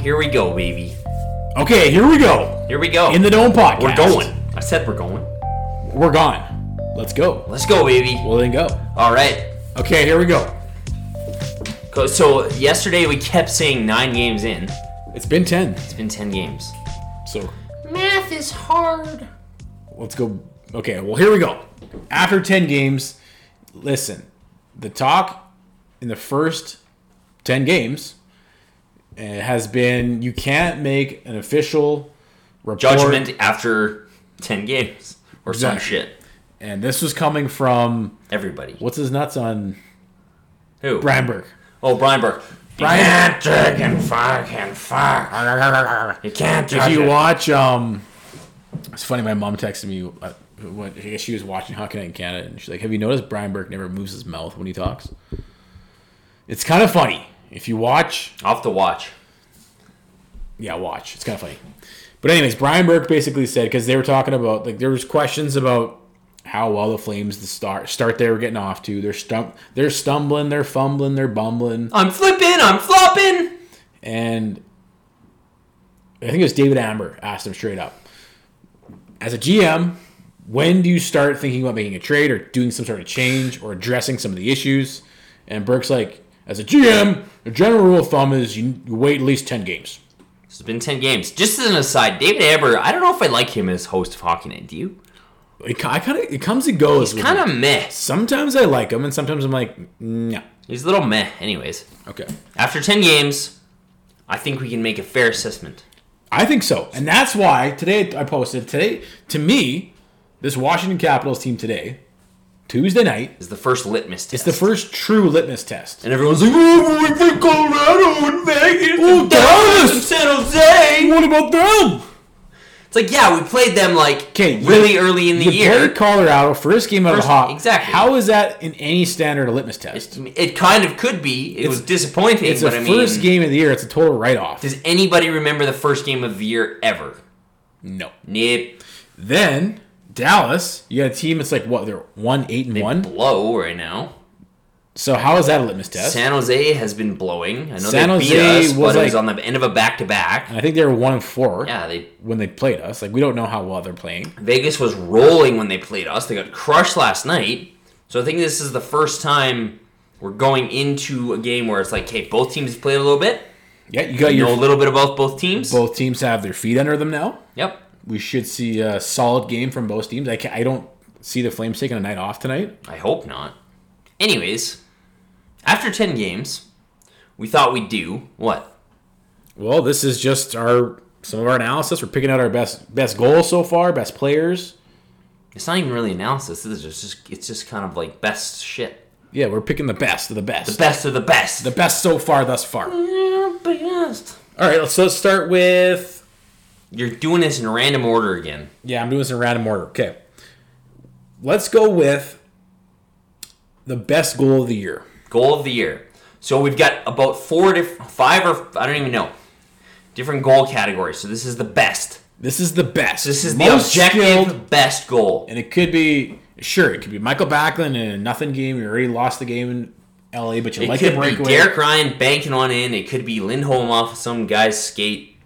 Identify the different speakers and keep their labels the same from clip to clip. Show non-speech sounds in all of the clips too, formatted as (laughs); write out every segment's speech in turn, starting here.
Speaker 1: Here we go, baby.
Speaker 2: Okay, here we go.
Speaker 1: Here we go.
Speaker 2: In the Dome podcast.
Speaker 1: We're going. I said we're going.
Speaker 2: We're gone. Let's go.
Speaker 1: Let's go, baby.
Speaker 2: Well, then go.
Speaker 1: All right.
Speaker 2: Okay, here we go.
Speaker 1: Co- So yesterday we kept saying nine games in.
Speaker 2: It's been 10.
Speaker 1: It's been ten games.
Speaker 2: So
Speaker 1: Math is hard.
Speaker 2: let's go. Okay, well, here we go. After 10 games, listen, the talk in the first 10 games uh, has been you can't make an official report.
Speaker 1: Judgment after ten games or some
Speaker 2: Exactly.
Speaker 1: shit.
Speaker 2: And this was coming from,
Speaker 1: Everybody.
Speaker 2: what's his nuts on
Speaker 1: Who?
Speaker 2: Brian Burke.
Speaker 1: Oh, Brian Burke.
Speaker 2: Brian-
Speaker 1: You can't dig and fuck and fuck. You can't
Speaker 2: If
Speaker 1: judge
Speaker 2: you
Speaker 1: it.
Speaker 2: watch, um, it's funny. My mom texted me. Uh, when, I guess she was watching Hockey Night in Canada, and she's like, "Have you noticed Brian Burke never moves his mouth when he talks?" It's kind of funny if you watch.
Speaker 1: Off the watch.
Speaker 2: Yeah, watch. It's kind of funny. But anyways, Brian Burke basically said because they were talking about like there was questions about how well the Flames the start start they were getting off to. They're stump they're stumbling, they're fumbling, they're bumbling,
Speaker 1: I'm flipping. I'm flopping.
Speaker 2: and I think it was David Amber asked him straight up. As a GM, when do you start thinking about making a trade or doing some sort of change or addressing some of the issues? And Burke's like, as a GM, the general rule of thumb is you you wait at least 10 games.
Speaker 1: It's been ten games. Just as an aside, David Amber. I don't know if I like him as host of Hockey Night. Do you?
Speaker 2: It, ki- I kind of it comes and goes. with
Speaker 1: Kind
Speaker 2: me.
Speaker 1: of meh.
Speaker 2: Sometimes I like him, and sometimes I'm like, no.
Speaker 1: He's a little meh. Anyways,
Speaker 2: Okay.
Speaker 1: after ten games, I think we can make a fair assessment.
Speaker 2: I think so, and that's why today I posted today to me, this Washington Capitals team today, Tuesday night
Speaker 1: Is the first litmus test.
Speaker 2: It's the first true litmus test.
Speaker 1: and everyone's like, "Oh, we think Colorado and Vegas,
Speaker 2: Oh,
Speaker 1: and Dallas
Speaker 2: Dallas!"
Speaker 1: and San Jose."
Speaker 2: What about them?
Speaker 1: It's like, yeah, we played them like
Speaker 2: 'Kay, you-
Speaker 1: really early in the
Speaker 2: You
Speaker 1: year.
Speaker 2: played Colorado first game out of
Speaker 1: First-
Speaker 2: the hop.
Speaker 1: exactly.
Speaker 2: How is that in any standard a litmus test?
Speaker 1: It kind of could be. It was disappointing,
Speaker 2: It's the
Speaker 1: but I
Speaker 2: first
Speaker 1: mean,
Speaker 2: game of the year. It's a total write-off.
Speaker 1: does anybody remember the first game of the year ever?
Speaker 2: no.
Speaker 1: Nip
Speaker 2: Then Dallas, you got a team. It's like what they're one eight and one.
Speaker 1: blow right now.
Speaker 2: So how is that a litmus test?
Speaker 1: San Jose has been blowing. I know
Speaker 2: San
Speaker 1: they beat
Speaker 2: Jose
Speaker 1: us, but
Speaker 2: was
Speaker 1: it was
Speaker 2: like-
Speaker 1: on the end of a back to back.
Speaker 2: I think they were one and four
Speaker 1: Yeah, they
Speaker 2: when they played us. Like we don't know how well they're playing.
Speaker 1: Vegas was rolling when they played us. They got crushed last night. So I think this is the first time we're going into a game where it's like, hey, both teams played a little bit.
Speaker 2: Yeah, you got
Speaker 1: You
Speaker 2: your
Speaker 1: know a little bit about both teams.
Speaker 2: both teams have their feet under them now.
Speaker 1: Yep.
Speaker 2: We should see a solid game from both teams. I, ca I don't see the Flames taking a night off tonight.
Speaker 1: I hope not. Anyways, after 10 games, we thought we'd do what?
Speaker 2: Well, this is just our some of our analysis. We're picking out our best best goals so far, best players.
Speaker 1: It's not even really analysis. This is just it's just kind of like best shit.
Speaker 2: Yeah, we're picking the best of the best.
Speaker 1: The best of the best.
Speaker 2: The best so far thus far. All
Speaker 1: Yeah, best.
Speaker 2: right, let's let's start with
Speaker 1: You're doing this in random order again.
Speaker 2: Yeah, I'm doing this in random order. Okay. Let's go with the best goal of the year.
Speaker 1: goal of the year. So we've got about four different, five or I don't even know, different goal categories. So this is the best.
Speaker 2: This is the best.
Speaker 1: This is the objective best goal.
Speaker 2: and it could be sure, it could be Michael Backlund in a nothing game. You already lost the game in LA, but you
Speaker 1: It
Speaker 2: like the
Speaker 1: could be
Speaker 2: breakaway.
Speaker 1: Derek Ryan banking on in. It could be Lindholm off of some guy's skate.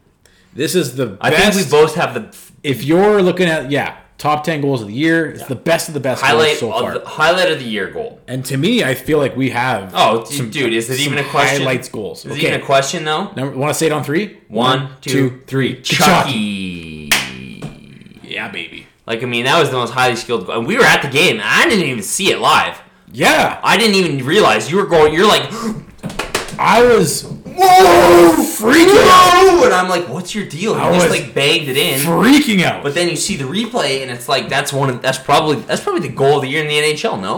Speaker 2: this is the
Speaker 1: I
Speaker 2: best.
Speaker 1: think we both have the f-
Speaker 2: if you're looking at yeah top 10 goals of the year it's the best of the best
Speaker 1: highlight
Speaker 2: goals so
Speaker 1: of
Speaker 2: far
Speaker 1: the highlight of the year goal.
Speaker 2: and to me i feel like we have
Speaker 1: Oh, d- dude, is it
Speaker 2: some
Speaker 1: even a question?
Speaker 2: highlights goals
Speaker 1: Is it
Speaker 2: okay
Speaker 1: even a question though?
Speaker 2: want to say it on three
Speaker 1: One, two,
Speaker 2: two, three.
Speaker 1: Chucky.
Speaker 2: yeah baby
Speaker 1: Like I mean, that was the most highly skilled. goal. And we were at the game. and I didn't even see it live.
Speaker 2: yeah
Speaker 1: I didn't even realize you were going. You're like, (gasps)
Speaker 2: i was
Speaker 1: whoa,
Speaker 2: freaking out
Speaker 1: whoa, and I'm like, what's your deal? You
Speaker 2: I
Speaker 1: just
Speaker 2: was
Speaker 1: like banged it in.
Speaker 2: freaking out
Speaker 1: but then you see the replay, and it's like that's one. Of, that's probably that's probably the goal of the year in the NHL. No,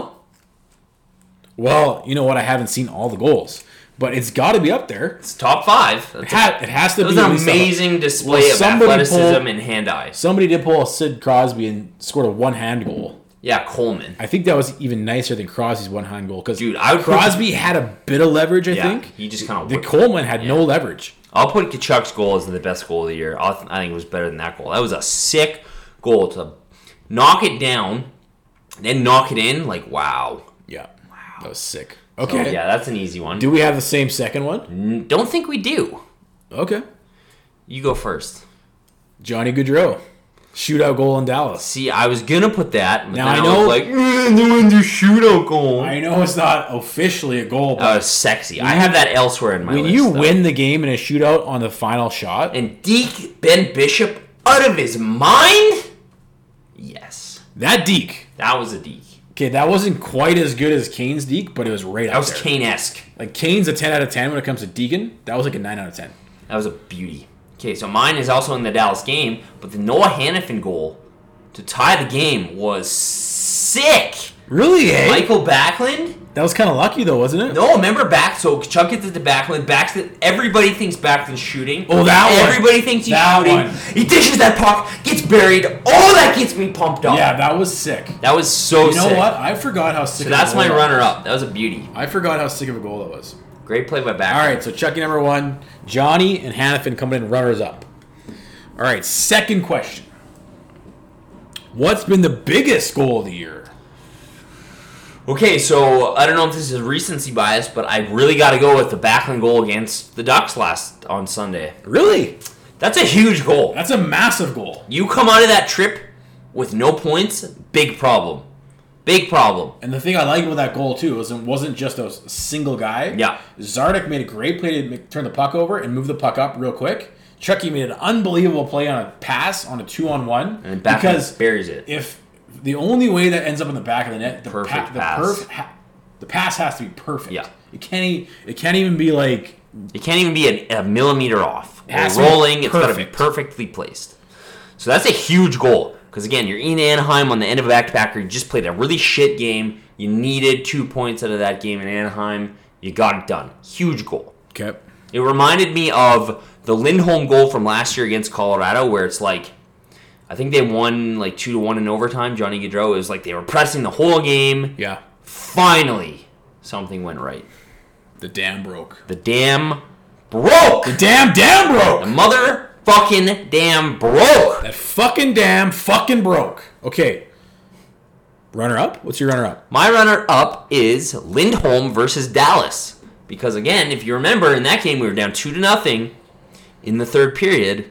Speaker 2: well you know what i haven't seen all the goals but it's got to be up there
Speaker 1: it's top five. That's
Speaker 2: it, ha- it has to
Speaker 1: that was
Speaker 2: be at
Speaker 1: an
Speaker 2: least up-
Speaker 1: amazing display
Speaker 2: Well,
Speaker 1: of
Speaker 2: somebody
Speaker 1: athleticism
Speaker 2: pulled-
Speaker 1: and hand eye.
Speaker 2: somebody did pull a sid crosby and scored a one-hand goal
Speaker 1: Yeah, Coleman.
Speaker 2: I think that was even nicer than Crosby's one-hand goal because
Speaker 1: Dude, I would put-
Speaker 2: Crosby had a bit of leverage. I
Speaker 1: Yeah,
Speaker 2: think
Speaker 1: he just kind
Speaker 2: The
Speaker 1: of.
Speaker 2: Coleman had no leverage.
Speaker 1: I'll put Kachuk's goal as the best goal of the year. I'll, I think it was better than that goal. That was a sick goal to knock it down, then knock it in. Like wow.
Speaker 2: Yeah. Wow. That was sick.
Speaker 1: Oh,
Speaker 2: Okay.
Speaker 1: yeah, that's an easy one.
Speaker 2: Do we have the same second one?
Speaker 1: N- Don't think we do.
Speaker 2: Okay.
Speaker 1: You go first.
Speaker 2: Johnny Gaudreau, shootout goal in Dallas.
Speaker 1: See, I was gonna put that. But
Speaker 2: Now
Speaker 1: then
Speaker 2: I
Speaker 1: was
Speaker 2: know- (laughs)
Speaker 1: like, "Eh, the one you shootout goal.
Speaker 2: I know it's not officially a goal,
Speaker 1: That
Speaker 2: but
Speaker 1: was sexy. I have that elsewhere in my
Speaker 2: when
Speaker 1: list.
Speaker 2: you
Speaker 1: though.
Speaker 2: win the game in a shootout on the final shot,
Speaker 1: and Deke Ben Bishop out of his mind. Yes,
Speaker 2: that deke.
Speaker 1: that was a Deke.
Speaker 2: Okay, that wasn't quite as good as Kane's deke, but it was right
Speaker 1: That
Speaker 2: out
Speaker 1: was
Speaker 2: there.
Speaker 1: Kane esque.
Speaker 2: Like Kane's a ten out of ten when it comes to Deegan. That was like a nine out of ten.
Speaker 1: That was a beauty. Okay, so mine is also in the Dallas game, but the Noah Hannafin goal to tie the game was sick.
Speaker 2: Really? eh?
Speaker 1: Michael Backlund.
Speaker 2: that was kind of lucky though, wasn't it?
Speaker 1: No, remember back. So Chuck gets it to Backlund. Backs it. Everybody thinks Backlund's shooting.
Speaker 2: Oh, that one.
Speaker 1: Everybody thinks he's
Speaker 2: That
Speaker 1: shooting.
Speaker 2: one.
Speaker 1: He dishes that puck, gets buried. All that gets me pumped up.
Speaker 2: Yeah, that was sick.
Speaker 1: That was so.
Speaker 2: You know
Speaker 1: sick.
Speaker 2: what? I forgot how sick.
Speaker 1: So
Speaker 2: of a
Speaker 1: that's
Speaker 2: goal
Speaker 1: my
Speaker 2: that was.
Speaker 1: runner-up. That was a beauty.
Speaker 2: I forgot how sick of a goal that was.
Speaker 1: Great play by Backlund.
Speaker 2: All right, so Chucky number one, Johnny and Hannafin coming in runners up. All right, second question. What's been the biggest goal of the year?
Speaker 1: Okay, so I don't know if this is recency bias, but I really got to go with the Backlund goal against the Ducks last on Sunday.
Speaker 2: Really?
Speaker 1: That's a huge goal.
Speaker 2: That's a massive goal.
Speaker 1: You come out of that trip with no points, big problem. Big problem.
Speaker 2: And the thing I liked about that goal too was it wasn't just a s- single guy.
Speaker 1: Yeah.
Speaker 2: Zardik made a great play to make, turn the puck over and move the puck up real quick. Chucky made an unbelievable play on a pass on a two on one.
Speaker 1: And Backlund
Speaker 2: because
Speaker 1: buries it.
Speaker 2: if the only way that ends up in the back of the net, the
Speaker 1: Perfect
Speaker 2: pa- the
Speaker 1: pass.
Speaker 2: perf- ha- the pass has to be perfect.
Speaker 1: Yeah.
Speaker 2: It can't. e- It can't even be like
Speaker 1: It can't even be a, a millimeter off. Or
Speaker 2: has to be
Speaker 1: rolling, it's got to be
Speaker 2: perfect.
Speaker 1: perfectly placed. So that's a huge goal. Because again, you're in Anaheim on the end of a back-to-backer. You just played a really shit game. You needed two points out of that game in Anaheim. You got it done. Huge goal.
Speaker 2: okay.
Speaker 1: It reminded me of the Lindholm goal from last year against Colorado, where it's like, I think they won like two to one in overtime. Johnny Gaudreau it was like they were pressing the whole game.
Speaker 2: Yeah.
Speaker 1: Finally, something went right.
Speaker 2: The dam broke.
Speaker 1: The dam broke.
Speaker 2: The damn dam
Speaker 1: The
Speaker 2: broke.
Speaker 1: motherfucking dam broke.
Speaker 2: That fucking dam fucking broke. Okay. Runner up. What's your runner up?
Speaker 1: My runner up is Lindholm versus Dallas. Because again, if you remember in that game we were down two to nothing in the third period.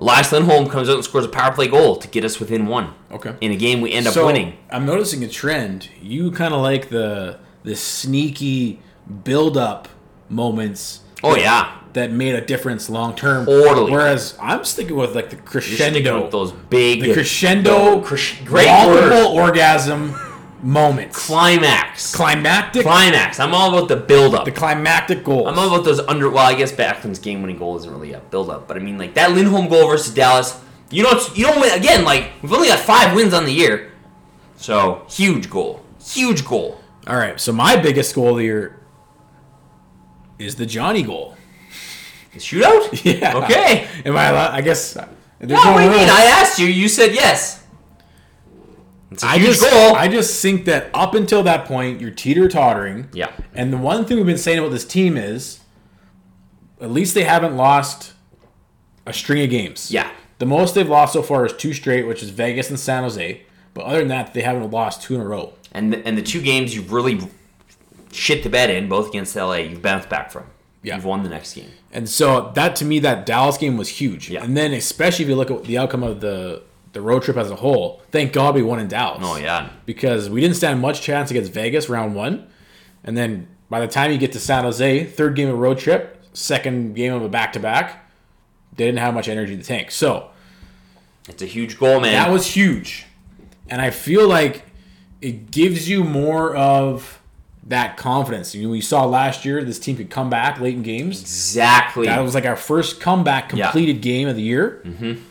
Speaker 1: Elias Lindholm comes out and scores a power play goal to get us within one.
Speaker 2: Okay.
Speaker 1: In a game we end up
Speaker 2: So,
Speaker 1: winning.
Speaker 2: I'm noticing a trend. You kind of like the the sneaky build up moments
Speaker 1: Oh yeah.
Speaker 2: that made a difference long term.
Speaker 1: Totally.
Speaker 2: Whereas I'm sticking with like the
Speaker 1: You're sticking with
Speaker 2: crescendo,
Speaker 1: those big
Speaker 2: the crescendo,
Speaker 1: Cres- great word.
Speaker 2: multiple orgasm moments,
Speaker 1: climax.
Speaker 2: climactic,
Speaker 1: climax. I'm all about the build up.
Speaker 2: the climactic goals.
Speaker 1: I'm all about those under. Well, I guess Backlund's game-winning goal isn't really a build-up, but I mean, like that Lindholm goal versus Dallas. You don't. You don't win again. Like we've only got five wins on the year, so huge goal. Huge goal.
Speaker 2: All right, so my biggest goal of the year is the Johnny goal.
Speaker 1: The shootout.
Speaker 2: (laughs) Yeah.
Speaker 1: Okay.
Speaker 2: Am I allowed? I guess. There's
Speaker 1: No,
Speaker 2: no
Speaker 1: what do you mean?
Speaker 2: rules.
Speaker 1: I asked you. You said yes. It's a
Speaker 2: I
Speaker 1: huge
Speaker 2: just,
Speaker 1: goal.
Speaker 2: I just think that up until that point, you're teeter tottering.
Speaker 1: Yeah.
Speaker 2: And the one thing we've been saying about this team is, at least they haven't lost a string of games.
Speaker 1: Yeah.
Speaker 2: The most they've lost so far is two straight, which is Vegas and San Jose. But other than that, they haven't lost two in a row.
Speaker 1: and the, and the two games you've really shit the bed in, both against LA, you've bounced back from.
Speaker 2: Yeah.
Speaker 1: You've won the next game.
Speaker 2: And so that to me, that Dallas game was huge.
Speaker 1: Yeah.
Speaker 2: And then especially if you look at the outcome of the the road trip as a whole, thank God we won in Dallas.
Speaker 1: Oh yeah.
Speaker 2: because we didn't stand much chance against Vegas round one. And then by the time you get to San Jose, third game of a road trip, second game of a back to back, they didn't have much energy in the tank. So
Speaker 1: It's a huge goal, man.
Speaker 2: that was huge. And I feel like it gives you more of that confidence. You, we saw last year this team could come back late in
Speaker 1: Mm-hmm.
Speaker 2: games.
Speaker 1: exactly.
Speaker 2: That was like our first comeback completed game of the year. Mm-hmm.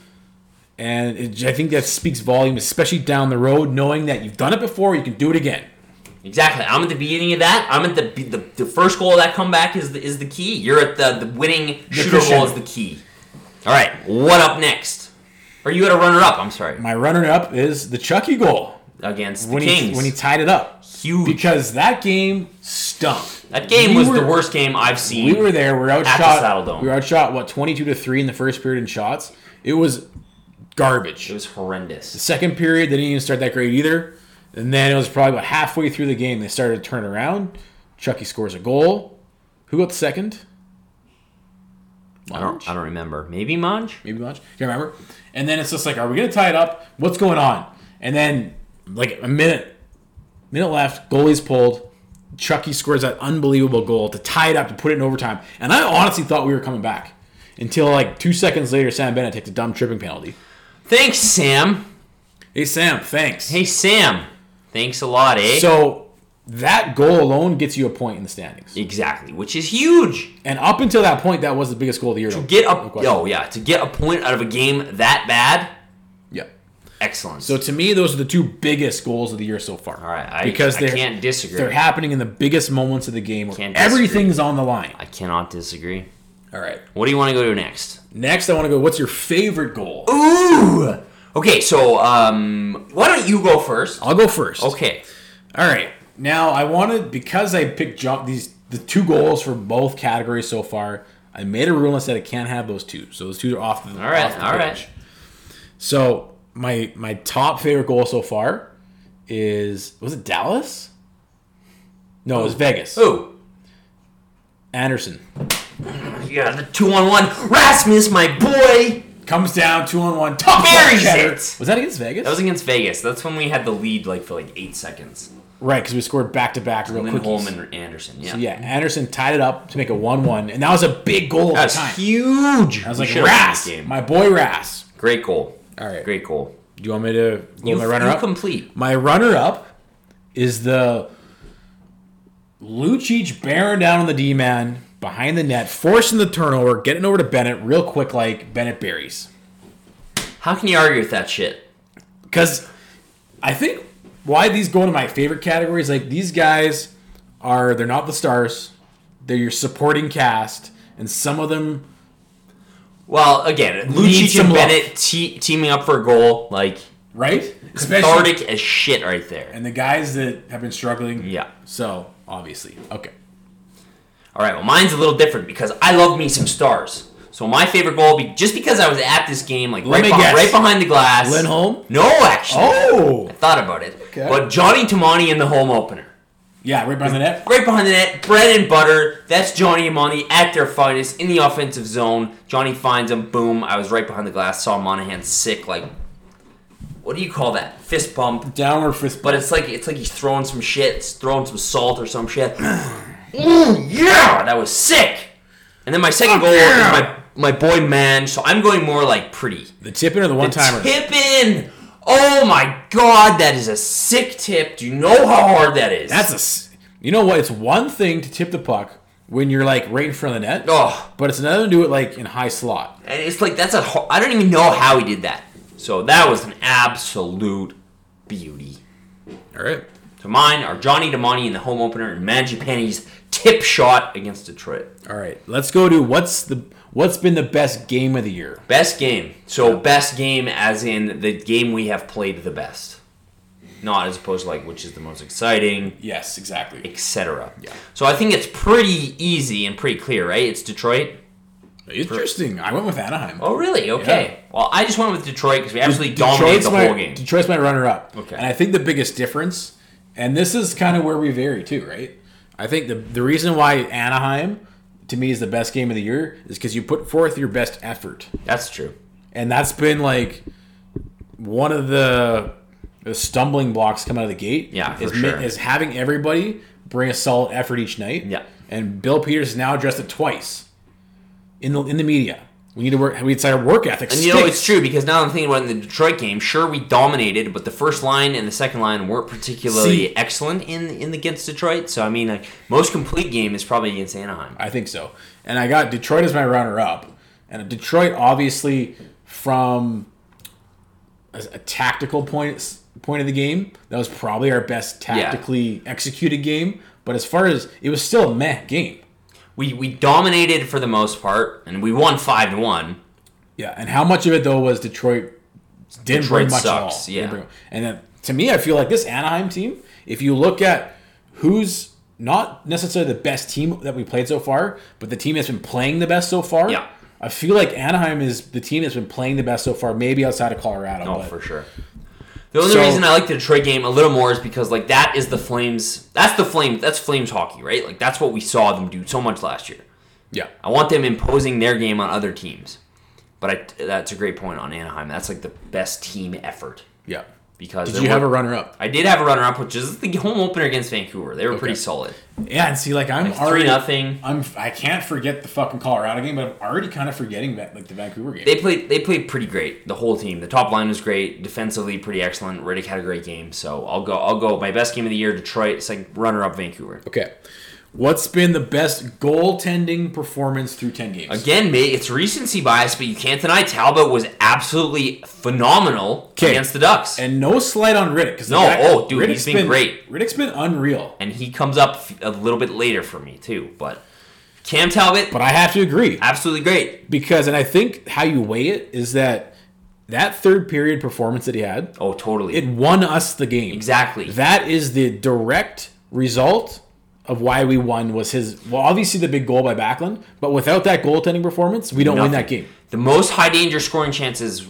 Speaker 2: And it, I think that speaks volume, especially down the road, knowing that you've done it before, you can do it again.
Speaker 1: Exactly. I'm at the beginning of that. I'm at the be- the, the first goal of that comeback is the, is the key. You're at the, the winning shooter goal
Speaker 2: crescendo.
Speaker 1: is the key. All right. What up next? Or you had a runner up. I'm sorry.
Speaker 2: My runner up is the Chucky goal
Speaker 1: Against the
Speaker 2: when
Speaker 1: Kings.
Speaker 2: he when he tied it up
Speaker 1: Huge.
Speaker 2: because that game stunk.
Speaker 1: that game
Speaker 2: we
Speaker 1: was
Speaker 2: were-
Speaker 1: the worst game I've seen.
Speaker 2: We were there. We were
Speaker 1: the Saddle
Speaker 2: outshot.
Speaker 1: Dome.
Speaker 2: we were outshot. What twenty two to three in the first period in shots. It was garbage.
Speaker 1: It was horrendous.
Speaker 2: Second period they didn't even start that great either. And then it was probably about halfway through the game they started to turn E around. Chucky scores a goal. Who got second?
Speaker 1: I don't, I don't remember. Maybe Monge?
Speaker 2: maybe lunch. Can't remember. And then it's just like, are we gonna tie it up? What's going on? And then like a minute, minute left, goalie's pulled. Chucky scores that unbelievable goal to tie it up to put it in overtime. And I honestly thought we were coming back until like two seconds later, Sam Bennett takes a dumb tripping penalty.
Speaker 1: Thanks, Sam.
Speaker 2: Hey Sam, thanks.
Speaker 1: Hey, Sam. Thanks a lot, eh?
Speaker 2: So that goal alone gets you a point in the standings.
Speaker 1: exactly, which is huge.
Speaker 2: And up until that point, that was the biggest goal of the year. To
Speaker 1: Get a yo, yeah, to get a point out of a game that bad,
Speaker 2: Yeah.
Speaker 1: excellent.
Speaker 2: So to me, those are the two biggest goals of the year so far. All
Speaker 1: right, I- I
Speaker 2: they're-
Speaker 1: can't disagree.
Speaker 2: They're happening in the biggest moments of the game. Where
Speaker 1: Can't disagree.
Speaker 2: everything's on the line.
Speaker 1: I cannot disagree.
Speaker 2: All right.
Speaker 1: What do you want to go to next?
Speaker 2: Next, I want to go. What's your favorite goal?
Speaker 1: Ooh. Okay, so um, why don't you go first?
Speaker 2: I'll go first.
Speaker 1: Okay.
Speaker 2: All right. Now I wanted because I picked jump these the two goals for both categories so far. I made a rule and said I can't have those two, so those two are off the.
Speaker 1: All right.
Speaker 2: off the
Speaker 1: All
Speaker 2: page.
Speaker 1: right.
Speaker 2: So my my top favorite goal so far is was it Dallas? No, it was Vegas.
Speaker 1: Ooh.
Speaker 2: Anderson
Speaker 1: Yeah, the two on one. Rasmus, my boy.
Speaker 2: comes down two on one, top
Speaker 1: Buries
Speaker 2: left header.
Speaker 1: it.
Speaker 2: Was that against Vegas?
Speaker 1: That was against Vegas. That's when we had the lead like for like eight seconds.
Speaker 2: right, because we scored back to back real quick.
Speaker 1: Lindholm and Anderson. Yeah.
Speaker 2: Yeah, Anderson tied it up to make a one-one, and that was a big goal at
Speaker 1: That's
Speaker 2: the time.
Speaker 1: huge.
Speaker 2: I was like, Rass, my boy Rass.
Speaker 1: Great goal.
Speaker 2: All right.
Speaker 1: Great goal.
Speaker 2: Do you want me to go my
Speaker 1: you
Speaker 2: runner-up?
Speaker 1: complete.
Speaker 2: my runner-up is the Lucic bearing down on the D-man behind the net, forcing the turnover, getting over to Bennett real quick, like Bennett buries.
Speaker 1: How can you argue with that shit?
Speaker 2: because I think why these go into my favorite categories like these guys are they're not the stars, they're your supporting cast, and some of them
Speaker 1: Well, again,
Speaker 2: Need
Speaker 1: Lucic
Speaker 2: some
Speaker 1: and
Speaker 2: love.
Speaker 1: Bennett te- teaming up for a goal, like
Speaker 2: right, especially
Speaker 1: cathartic as shit right there.
Speaker 2: and the guys that have been struggling.
Speaker 1: Yeah.
Speaker 2: So obviously, okay,
Speaker 1: All right, well, mine's a little different because I love me some stars. So my favorite goal, be just because I was at this game, like right,
Speaker 2: me
Speaker 1: beh-
Speaker 2: guess.
Speaker 1: right behind the glass.
Speaker 2: Lindholm?
Speaker 1: No, actually,
Speaker 2: Oh,
Speaker 1: I thought about it.
Speaker 2: Okay.
Speaker 1: But Johnny Tamani in the home opener.
Speaker 2: yeah, right behind the net.
Speaker 1: Right behind the net, bread and butter. That's Johnny and Monty at their finest in the offensive zone. Johnny finds him. Boom. I was right behind the glass. Saw Monahan sick. Like, what do you call that? Fist bump.
Speaker 2: Downward fist,
Speaker 1: But it's like it's like he's throwing some shit, He's throwing some salt or some shit.
Speaker 2: (clears throat)
Speaker 1: Ooh, yeah, that was sick. And then my second goal is
Speaker 2: yeah.
Speaker 1: my my boy man. So I'm going more like pretty.
Speaker 2: the tip in or the one timer.
Speaker 1: Tip in. Oh my god, that is a sick tip. Do you know how hard that is?
Speaker 2: That's a, s- you know what? It's one thing to tip the puck when you're like right in front of the net,
Speaker 1: oh.
Speaker 2: but it's another to do it like in high slot.
Speaker 1: And it's like that's a ho- I don't even know how he did that. So that was an absolute beauty.
Speaker 2: All right.
Speaker 1: To mine are Johnny Damani in the home opener and Mangiapane's tip shot against Detroit.
Speaker 2: All right, let's go to what's the what's been the best game of the year.
Speaker 1: Best game. So best game as in the game we have played the best. Not as opposed to like which is the most exciting,
Speaker 2: Yes, exactly.
Speaker 1: etc. Yeah. So I think it's pretty easy and pretty clear, right? It's Detroit.
Speaker 2: Interesting. I went with Anaheim.
Speaker 1: Oh really? Okay. Well, I just went with Detroit because we absolutely dominated
Speaker 2: Detroit's
Speaker 1: the
Speaker 2: my,
Speaker 1: whole game.
Speaker 2: Detroit's my runner-up.
Speaker 1: Okay.
Speaker 2: And I think the biggest difference, and this is kind of where we vary too, right? I think the the reason why Anaheim to me is the best game of the year is because you put forth your best effort,
Speaker 1: That's true.
Speaker 2: and that's been like one of the, the stumbling blocks come out of the gate.
Speaker 1: Yeah, for
Speaker 2: is,
Speaker 1: sure.
Speaker 2: is having everybody bring a solid effort each night.
Speaker 1: Yeah.
Speaker 2: And Bill Peters has now addressed it twice in the in the media. We need to work. We need to start our work ethics.
Speaker 1: And you know, it's true because now I'm thinking about in the Detroit game. Sure, we dominated, but the first line and the second line weren't particularly
Speaker 2: See-
Speaker 1: excellent in in against Detroit. So I mean, like most complete game is probably against Anaheim.
Speaker 2: I think so. And I got Detroit as my runner up. And Detroit, obviously, from a, a tactical point point of the game, that was probably our best tactically executed game. But as far as it was still a meh game.
Speaker 1: We we dominated for the most part, and we won five to one.
Speaker 2: Yeah, and how much of it though was Detroit didn't
Speaker 1: Detroit
Speaker 2: bring much at all.
Speaker 1: sucks,
Speaker 2: Didn't
Speaker 1: yeah.
Speaker 2: bring- and then to me, I feel like this Anaheim team. If you look at who's not necessarily the best team that we played so far, but the team that's been playing the best so far.
Speaker 1: Yeah.
Speaker 2: I feel like Anaheim is the team that's been playing the best so far, maybe outside of
Speaker 1: Oh,
Speaker 2: Colorado. but
Speaker 1: for sure. The only
Speaker 2: So-
Speaker 1: reason I like the Detroit game a little more is because like that is the Flames. That's the Flames. That's Flames hockey, right? Like that's what we saw them do so much last year.
Speaker 2: Yeah.
Speaker 1: I want them imposing their game on other teams. But I, that's a great point on Anaheim. That's like the best team effort
Speaker 2: Yeah.
Speaker 1: because
Speaker 2: Did
Speaker 1: there
Speaker 2: you have a
Speaker 1: were-
Speaker 2: runner up?
Speaker 1: I did have a runner-up, which is the (laughs) home opener against Vancouver. They were pretty solid.
Speaker 2: Yeah, and see, like I'm
Speaker 1: Like three
Speaker 2: already
Speaker 1: nothing.
Speaker 2: I'm I can't forget the fucking Colorado game, but I'm already kind of forgetting that like the Vancouver game.
Speaker 1: They played. They played pretty great. The whole team. The top line was great. Defensively, pretty excellent. Riddick had a great game. So I'll go. I'll go. My best game of the year: Detroit. Second runner-up, Vancouver.
Speaker 2: okay. What's been the best goaltending performance through ten games?
Speaker 1: Again, mate, it's recency bias, but you can't deny Talbot was absolutely phenomenal
Speaker 2: 'Kay.
Speaker 1: against the Ducks, and,
Speaker 2: And no slight on Riddick because
Speaker 1: No, oh, dude, he's been great.
Speaker 2: Riddick's been unreal.
Speaker 1: he comes up f- a little bit later for me too. But Cam Talbot,
Speaker 2: But I have to agree
Speaker 1: absolutely great.
Speaker 2: because, and I think how you weigh it is that that third period performance that he had,
Speaker 1: Oh, totally.
Speaker 2: it won us the game.
Speaker 1: exactly.
Speaker 2: That is the direct result of why we won. Was his well, obviously the big goal by Backlund, but without that goaltending performance, we don't
Speaker 1: Nothing.
Speaker 2: win that game.
Speaker 1: The most high danger scoring chances,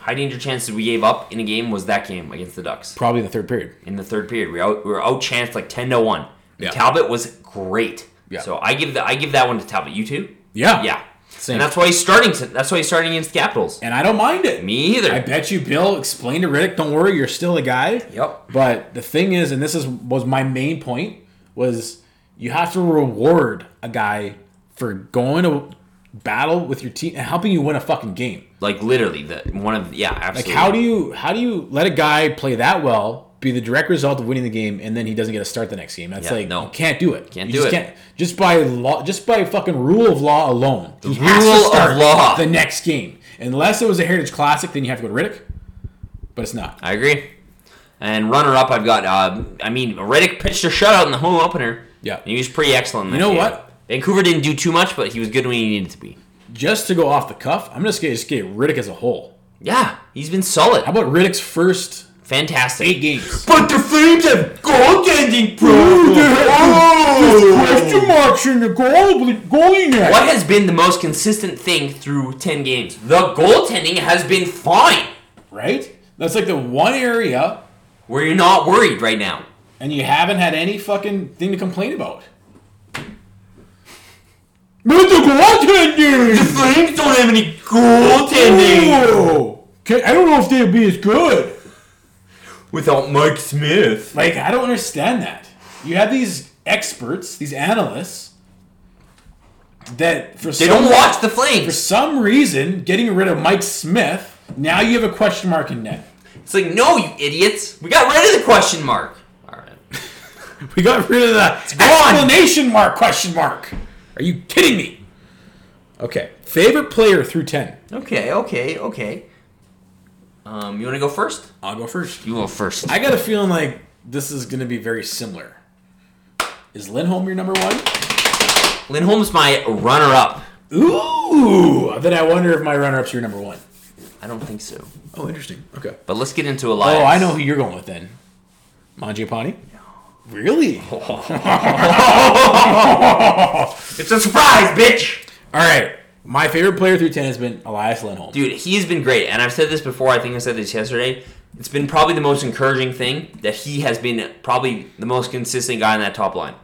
Speaker 1: high danger chances we gave up in a game was that game against the Ducks
Speaker 2: Probably in the third period.
Speaker 1: in the third period. We, out, we were outchanced like ten to one.
Speaker 2: Yeah.
Speaker 1: Talbot was great.
Speaker 2: Yeah.
Speaker 1: So I give the, I give that one to Talbot. You too?
Speaker 2: Yeah,
Speaker 1: Yeah.
Speaker 2: Same.
Speaker 1: And that's why he's starting. to- That's why he's starting against the Capitals.
Speaker 2: and I don't mind it.
Speaker 1: Me either.
Speaker 2: I bet you Bill explained to Riddick, don't worry, you're still the guy.
Speaker 1: Yep.
Speaker 2: But the thing is, and this is was my main point, was you have to reward a guy for going to battle with your team and helping you win a fucking game.
Speaker 1: Like literally the one of yeah
Speaker 2: Like
Speaker 1: absolutely.
Speaker 2: how do you how do you let a guy play that well be the direct result of winning the game and then he doesn't get a start the next game? That's
Speaker 1: Yeah,
Speaker 2: like
Speaker 1: no.
Speaker 2: you can't do it.
Speaker 1: Can't
Speaker 2: You
Speaker 1: do
Speaker 2: just
Speaker 1: it.
Speaker 2: just by law just by fucking rule of law alone. The
Speaker 1: rule of law.
Speaker 2: the next game. Unless it was a Heritage Classic, then you have to go to Riddick. But it's not.
Speaker 1: I agree. And runner up, I've got. Uh, I mean, Reddick pitched a shutout in the home opener.
Speaker 2: Yeah.
Speaker 1: And he was pretty excellent. in
Speaker 2: You
Speaker 1: that
Speaker 2: know
Speaker 1: game.
Speaker 2: what?
Speaker 1: Vancouver didn't do too much, but he was good when he needed to be.
Speaker 2: Just to go off the cuff, I'm just gonna just get Riddick as a whole.
Speaker 1: Yeah, he's been solid.
Speaker 2: How about Riddick's first
Speaker 1: Fantastic.
Speaker 2: eight games?
Speaker 1: But the Flames have goaltending Oh,
Speaker 2: oh! marks in the goal, goalie net.
Speaker 1: What has been the most consistent thing through 10 games? The goaltending has been fine.
Speaker 2: Right? That's like the one area,
Speaker 1: Where you're not worried right now.
Speaker 2: and you haven't had any fucking thing to complain about. But the goaltending.
Speaker 1: Flames don't have any goaltending.
Speaker 2: I don't know if they'd be as good.
Speaker 1: Without Mike Smith.
Speaker 2: Like, I don't understand that. You have these experts, these analysts, that for
Speaker 1: They
Speaker 2: some
Speaker 1: don't watch the
Speaker 2: for
Speaker 1: Flames.
Speaker 2: some reason getting rid of Mike Smith. Now you have a question mark in net.
Speaker 1: It's like, no, you idiots. We got rid of the question mark. All right.
Speaker 2: We got rid of the
Speaker 1: gone.
Speaker 2: explanation mark question mark. Are you kidding me? Okay, favorite player through ten.
Speaker 1: Okay, okay, okay. Um, you want to go first?
Speaker 2: I'll go first.
Speaker 1: You go first.
Speaker 2: I got a feeling like this is going to be very similar. Is Lindholm your number one?
Speaker 1: Lindholm's my runner-up.
Speaker 2: Ooh, then I wonder if my runner-up's your number one.
Speaker 1: I don't think so.
Speaker 2: Oh, interesting. Okay.
Speaker 1: But let's get into Elias.
Speaker 2: Oh,
Speaker 1: (laughs)
Speaker 2: I know who you're going with then. Mangiapane? Really? All (laughs)
Speaker 1: It's a surprise, bitch!
Speaker 2: right. My favorite player through 10 has been Elias Lindholm.
Speaker 1: Dude, he's been great. And I've said this before. I think I said this yesterday. It's been probably the most encouraging thing that he has been probably the most consistent guy in that top line.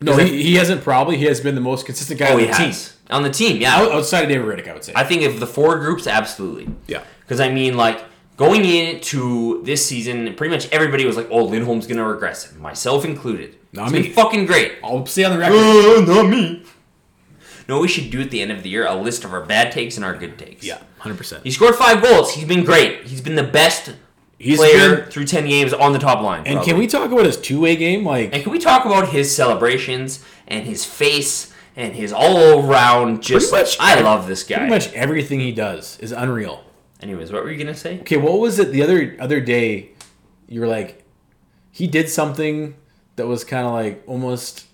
Speaker 2: no, he, he hasn't probably. He has been the most consistent guy
Speaker 1: Oh,
Speaker 2: on
Speaker 1: he
Speaker 2: the
Speaker 1: has.
Speaker 2: team.
Speaker 1: On the team, yeah.
Speaker 2: Out- Outside of David Riddick, I would say.
Speaker 1: I think of the four groups, absolutely.
Speaker 2: yeah.
Speaker 1: Because I mean, like going into this season, pretty much everybody was like, "Oh, Lindholm's gonna regress," myself included.
Speaker 2: Not
Speaker 1: It's
Speaker 2: me.
Speaker 1: been fucking great.
Speaker 2: I'll say on the record.
Speaker 1: Uh, not me. No, we should do at the end of the year a list of our bad takes and our good takes.
Speaker 2: Yeah, 100%.
Speaker 1: He scored five goals. He's been great. He's been the best
Speaker 2: He's
Speaker 1: player
Speaker 2: been-
Speaker 1: through ten games on the top line.
Speaker 2: and
Speaker 1: probably.
Speaker 2: can we talk about his two-way game? Like,
Speaker 1: And can we talk about his celebrations and his face and his all around? Just
Speaker 2: Pretty much-
Speaker 1: I love this guy.
Speaker 2: pretty much everything he does is unreal.
Speaker 1: Anyways, what were you gonna say?
Speaker 2: Okay, what was it the other other day? You were like, he did something that was kind of like almost.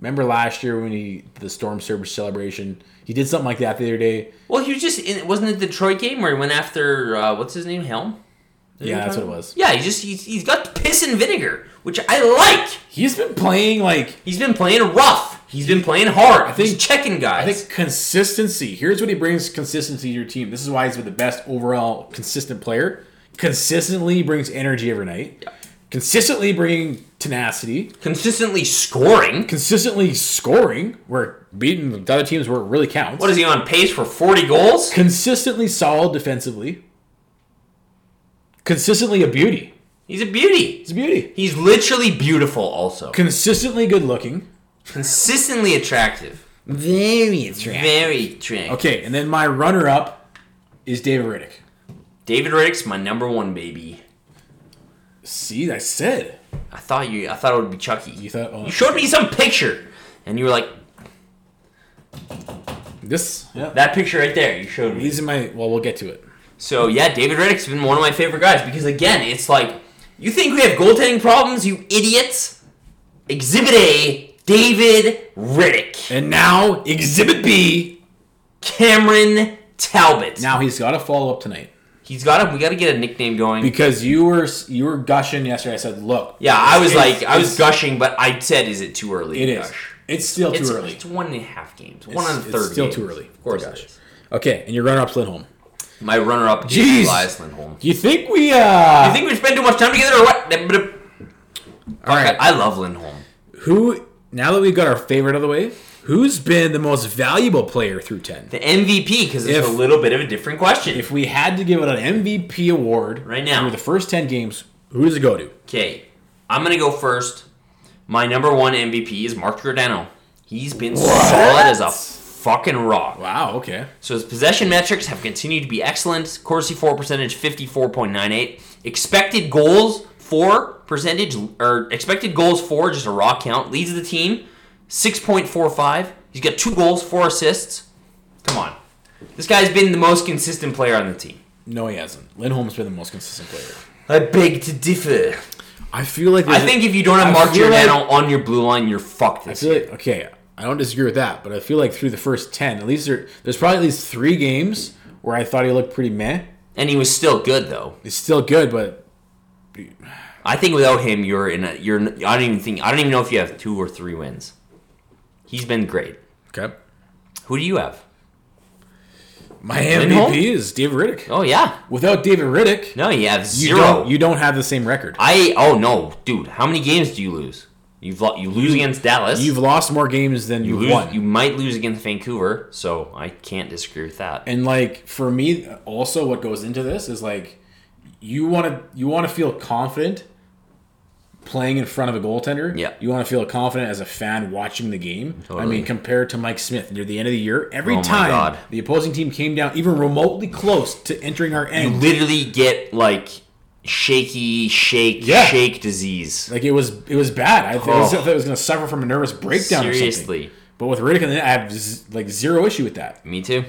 Speaker 2: Remember last year when he the storm surge celebration? He did something like that the other day.
Speaker 1: Well, he was just in, wasn't it the Detroit game where he went after uh, what's his name Helm?
Speaker 2: Yeah, that's what it was.
Speaker 1: Yeah, he just he's, he's got piss and vinegar, which I like.
Speaker 2: He's been playing like
Speaker 1: He's been playing rough. He's been playing hard. I
Speaker 2: think-
Speaker 1: he's checking
Speaker 2: I
Speaker 1: guys.
Speaker 2: think consistency. Here's what he brings: consistency to your team. This is why he's been the best overall consistent player. Consistently brings energy every night. consistently bringing tenacity,
Speaker 1: Consistently scoring.
Speaker 2: consistently scoring, where beating the other teams where it really counts.
Speaker 1: What is he on pace for? 40 goals?
Speaker 2: consistently solid defensively. Consistently a beauty.
Speaker 1: He's a beauty.
Speaker 2: He's a beauty.
Speaker 1: He's literally beautiful, also.
Speaker 2: Consistently good looking.
Speaker 1: Consistently attractive.
Speaker 2: Very attractive.
Speaker 1: Very attractive.
Speaker 2: Okay, and then my runner up is David Riddick.
Speaker 1: David Reddick's my number one baby.
Speaker 2: See, I said.
Speaker 1: I thought you. I thought it would be Chucky.
Speaker 2: You thought oh,
Speaker 1: You showed me some picture, and you were like,
Speaker 2: this? Yeah.
Speaker 1: "That picture right there." You showed me.
Speaker 2: These are my well, we'll get to it.
Speaker 1: So yeah, David Reddick's been one of my favorite guys because again, it's like you think we have goaltending problems, you idiots. Exhibit A: David Reddick,
Speaker 2: And now exhibit B.
Speaker 1: Cameron Talbot. Now
Speaker 2: Now he's got a follow up tonight.
Speaker 1: he's got to. We got to get a nickname going.
Speaker 2: Because you were you were gushing yesterday. I said, look.
Speaker 1: yeah, I was
Speaker 2: it's-
Speaker 1: like, I was
Speaker 2: it's-
Speaker 1: gushing, but I said, "Is it too early?"
Speaker 2: It
Speaker 1: to
Speaker 2: is.
Speaker 1: gush?
Speaker 2: It's still too
Speaker 1: It's,
Speaker 2: early.
Speaker 1: it's one and a half games. One on
Speaker 2: It's-
Speaker 1: the
Speaker 2: it's
Speaker 1: third.
Speaker 2: still
Speaker 1: games.
Speaker 2: too early to
Speaker 1: Of course, it
Speaker 2: gush.
Speaker 1: is.
Speaker 2: Okay, and your runner up's Lindholm.
Speaker 1: My runner-up
Speaker 2: Jeez.
Speaker 1: is Elias Lindholm.
Speaker 2: Do you think we
Speaker 1: You
Speaker 2: uh
Speaker 1: think we spend too much time together or what?
Speaker 2: all right.
Speaker 1: I love Lindholm.
Speaker 2: Who now that we've got our favorite out of the way, who's been the most valuable player through ten?
Speaker 1: The MVP, because it's
Speaker 2: If-
Speaker 1: a little bit of a different question.
Speaker 2: If we had to give it an MVP award
Speaker 1: Right now.
Speaker 2: through the first ten games, who does it go to?
Speaker 1: okay, I'm going to go first. My number one MVP is Mark Giordano. He's been solid as a fucking rock.
Speaker 2: Wow, okay.
Speaker 1: So his possession metrics have continued to be excellent. Corsi four percentage fifty four point nine eight. Expected goals for percentage or expected goals for just a raw count leads the team six point four five. He's got two goals, four assists. Come on, this guy's been the most consistent player on the team.
Speaker 2: No, he hasn't. Lindholm's been the most consistent player.
Speaker 1: I beg to differ.
Speaker 2: I feel like
Speaker 1: I think if you don't have
Speaker 2: I
Speaker 1: Mark
Speaker 2: feel like-
Speaker 1: Giordano on your blue line, you're fucked
Speaker 2: I
Speaker 1: this
Speaker 2: feel
Speaker 1: year.
Speaker 2: like okay, I don't disagree with that, but I feel like through the first ten, at least there, there's probably at least three games where I thought he looked pretty meh.
Speaker 1: And he was still good though.
Speaker 2: He's still good, but
Speaker 1: I think without him, you're in a you're. n- I don't even think I don't even know if you have two or three wins. He's been great.
Speaker 2: okay.
Speaker 1: Who do you have?
Speaker 2: My
Speaker 1: Lindholm?
Speaker 2: MVP is David Riddick.
Speaker 1: Oh yeah.
Speaker 2: Without David Riddick,
Speaker 1: No, you have
Speaker 2: you
Speaker 1: 0
Speaker 2: don't you don't have the same record.
Speaker 1: I oh no, dude. How many games do you lose? You've lo- you lose against Dallas.
Speaker 2: You've lost more games than
Speaker 1: you
Speaker 2: you've
Speaker 1: lose.
Speaker 2: won.
Speaker 1: You might lose against Vancouver. So I can't disagree with that.
Speaker 2: and like for me, also what goes into this is like you want to you want to feel confident playing in front of a goaltender.
Speaker 1: Yeah.
Speaker 2: You want to feel confident as a fan watching the game. I
Speaker 1: Totally.
Speaker 2: mean, compared to Mike Smith near the end of the year, every
Speaker 1: Oh my
Speaker 2: time
Speaker 1: God.
Speaker 2: the opposing team came down even remotely close to entering our
Speaker 1: You
Speaker 2: end,
Speaker 1: literally get like shaky shake
Speaker 2: Yeah.
Speaker 1: shake disease.
Speaker 2: like it was it was bad. I thought it was,
Speaker 1: Oh.
Speaker 2: I thought it was going to suffer from a nervous breakdown or something.
Speaker 1: Seriously,
Speaker 2: But with Riddick and the, I have z- like zero issue with that.
Speaker 1: me too.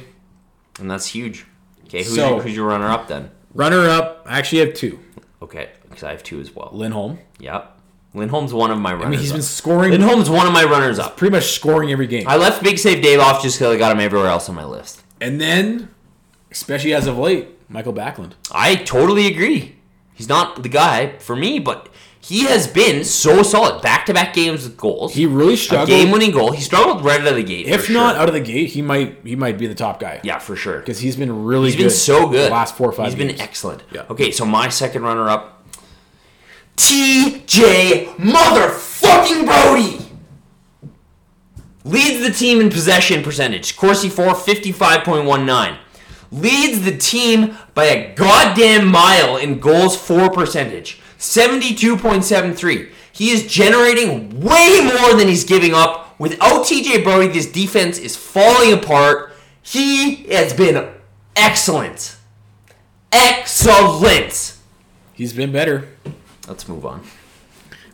Speaker 1: And that's huge. Okay, who's,
Speaker 2: So-
Speaker 1: your, who's your runner up then?
Speaker 2: Runner up, I actually have two.
Speaker 1: Okay, because I have two as well.
Speaker 2: Lindholm.
Speaker 1: Yep. Lindholm's one of my runners
Speaker 2: I mean, he's
Speaker 1: up.
Speaker 2: been scoring
Speaker 1: Lindholm's one of my runners up.
Speaker 2: pretty much scoring every game.
Speaker 1: I left Big Save Dave off just because I got him everywhere else on my list.
Speaker 2: And then, especially as of late, Michael Backlund.
Speaker 1: I totally agree. He's not the guy for me, but he has been so solid. Back to back games with goals.
Speaker 2: He really
Speaker 1: a
Speaker 2: struggled.
Speaker 1: game winning goal. He struggled right out of the gate.
Speaker 2: if
Speaker 1: for
Speaker 2: not
Speaker 1: sure.
Speaker 2: out of the gate, he might he might be the top guy.
Speaker 1: yeah, for sure.
Speaker 2: Because he's been really
Speaker 1: He's
Speaker 2: good.
Speaker 1: been so good.
Speaker 2: The last four or 5
Speaker 1: He's
Speaker 2: games.
Speaker 1: been excellent.
Speaker 2: Yeah.
Speaker 1: Okay, so my second runner up, T.J. Motherfucking Brody. Leads the team in possession percentage. Corsi 4, 55.19. Leads the team by a goddamn mile in goals for percentage. 72.73. He is generating way more than he's giving up. Without TJ Brody, this defense is falling apart. He has been excellent. Excellent.
Speaker 2: he's been better.
Speaker 1: Let's move on.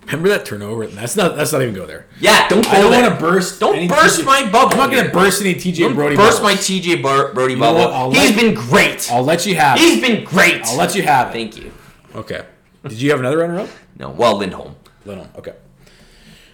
Speaker 2: Remember that turnover? That's not. That's not even go there.
Speaker 1: Yeah, don't go
Speaker 2: I don't
Speaker 1: there.
Speaker 2: want to burst.
Speaker 1: Don't
Speaker 2: any
Speaker 1: burst
Speaker 2: TJ
Speaker 1: my bubble.
Speaker 2: I'm not gonna
Speaker 1: here.
Speaker 2: burst any TJ
Speaker 1: Don't
Speaker 2: Brody.
Speaker 1: burst
Speaker 2: bubbles.
Speaker 1: my TJ Bar- Brody
Speaker 2: know what?
Speaker 1: bubble.
Speaker 2: I'll
Speaker 1: He's
Speaker 2: let-
Speaker 1: been great.
Speaker 2: I'll let you have.
Speaker 1: He's
Speaker 2: It.
Speaker 1: been great.
Speaker 2: I'll let you have it.
Speaker 1: Thank you.
Speaker 2: Okay. Did you have another runner up?
Speaker 1: No, well, Lindholm.
Speaker 2: Lindholm. Okay.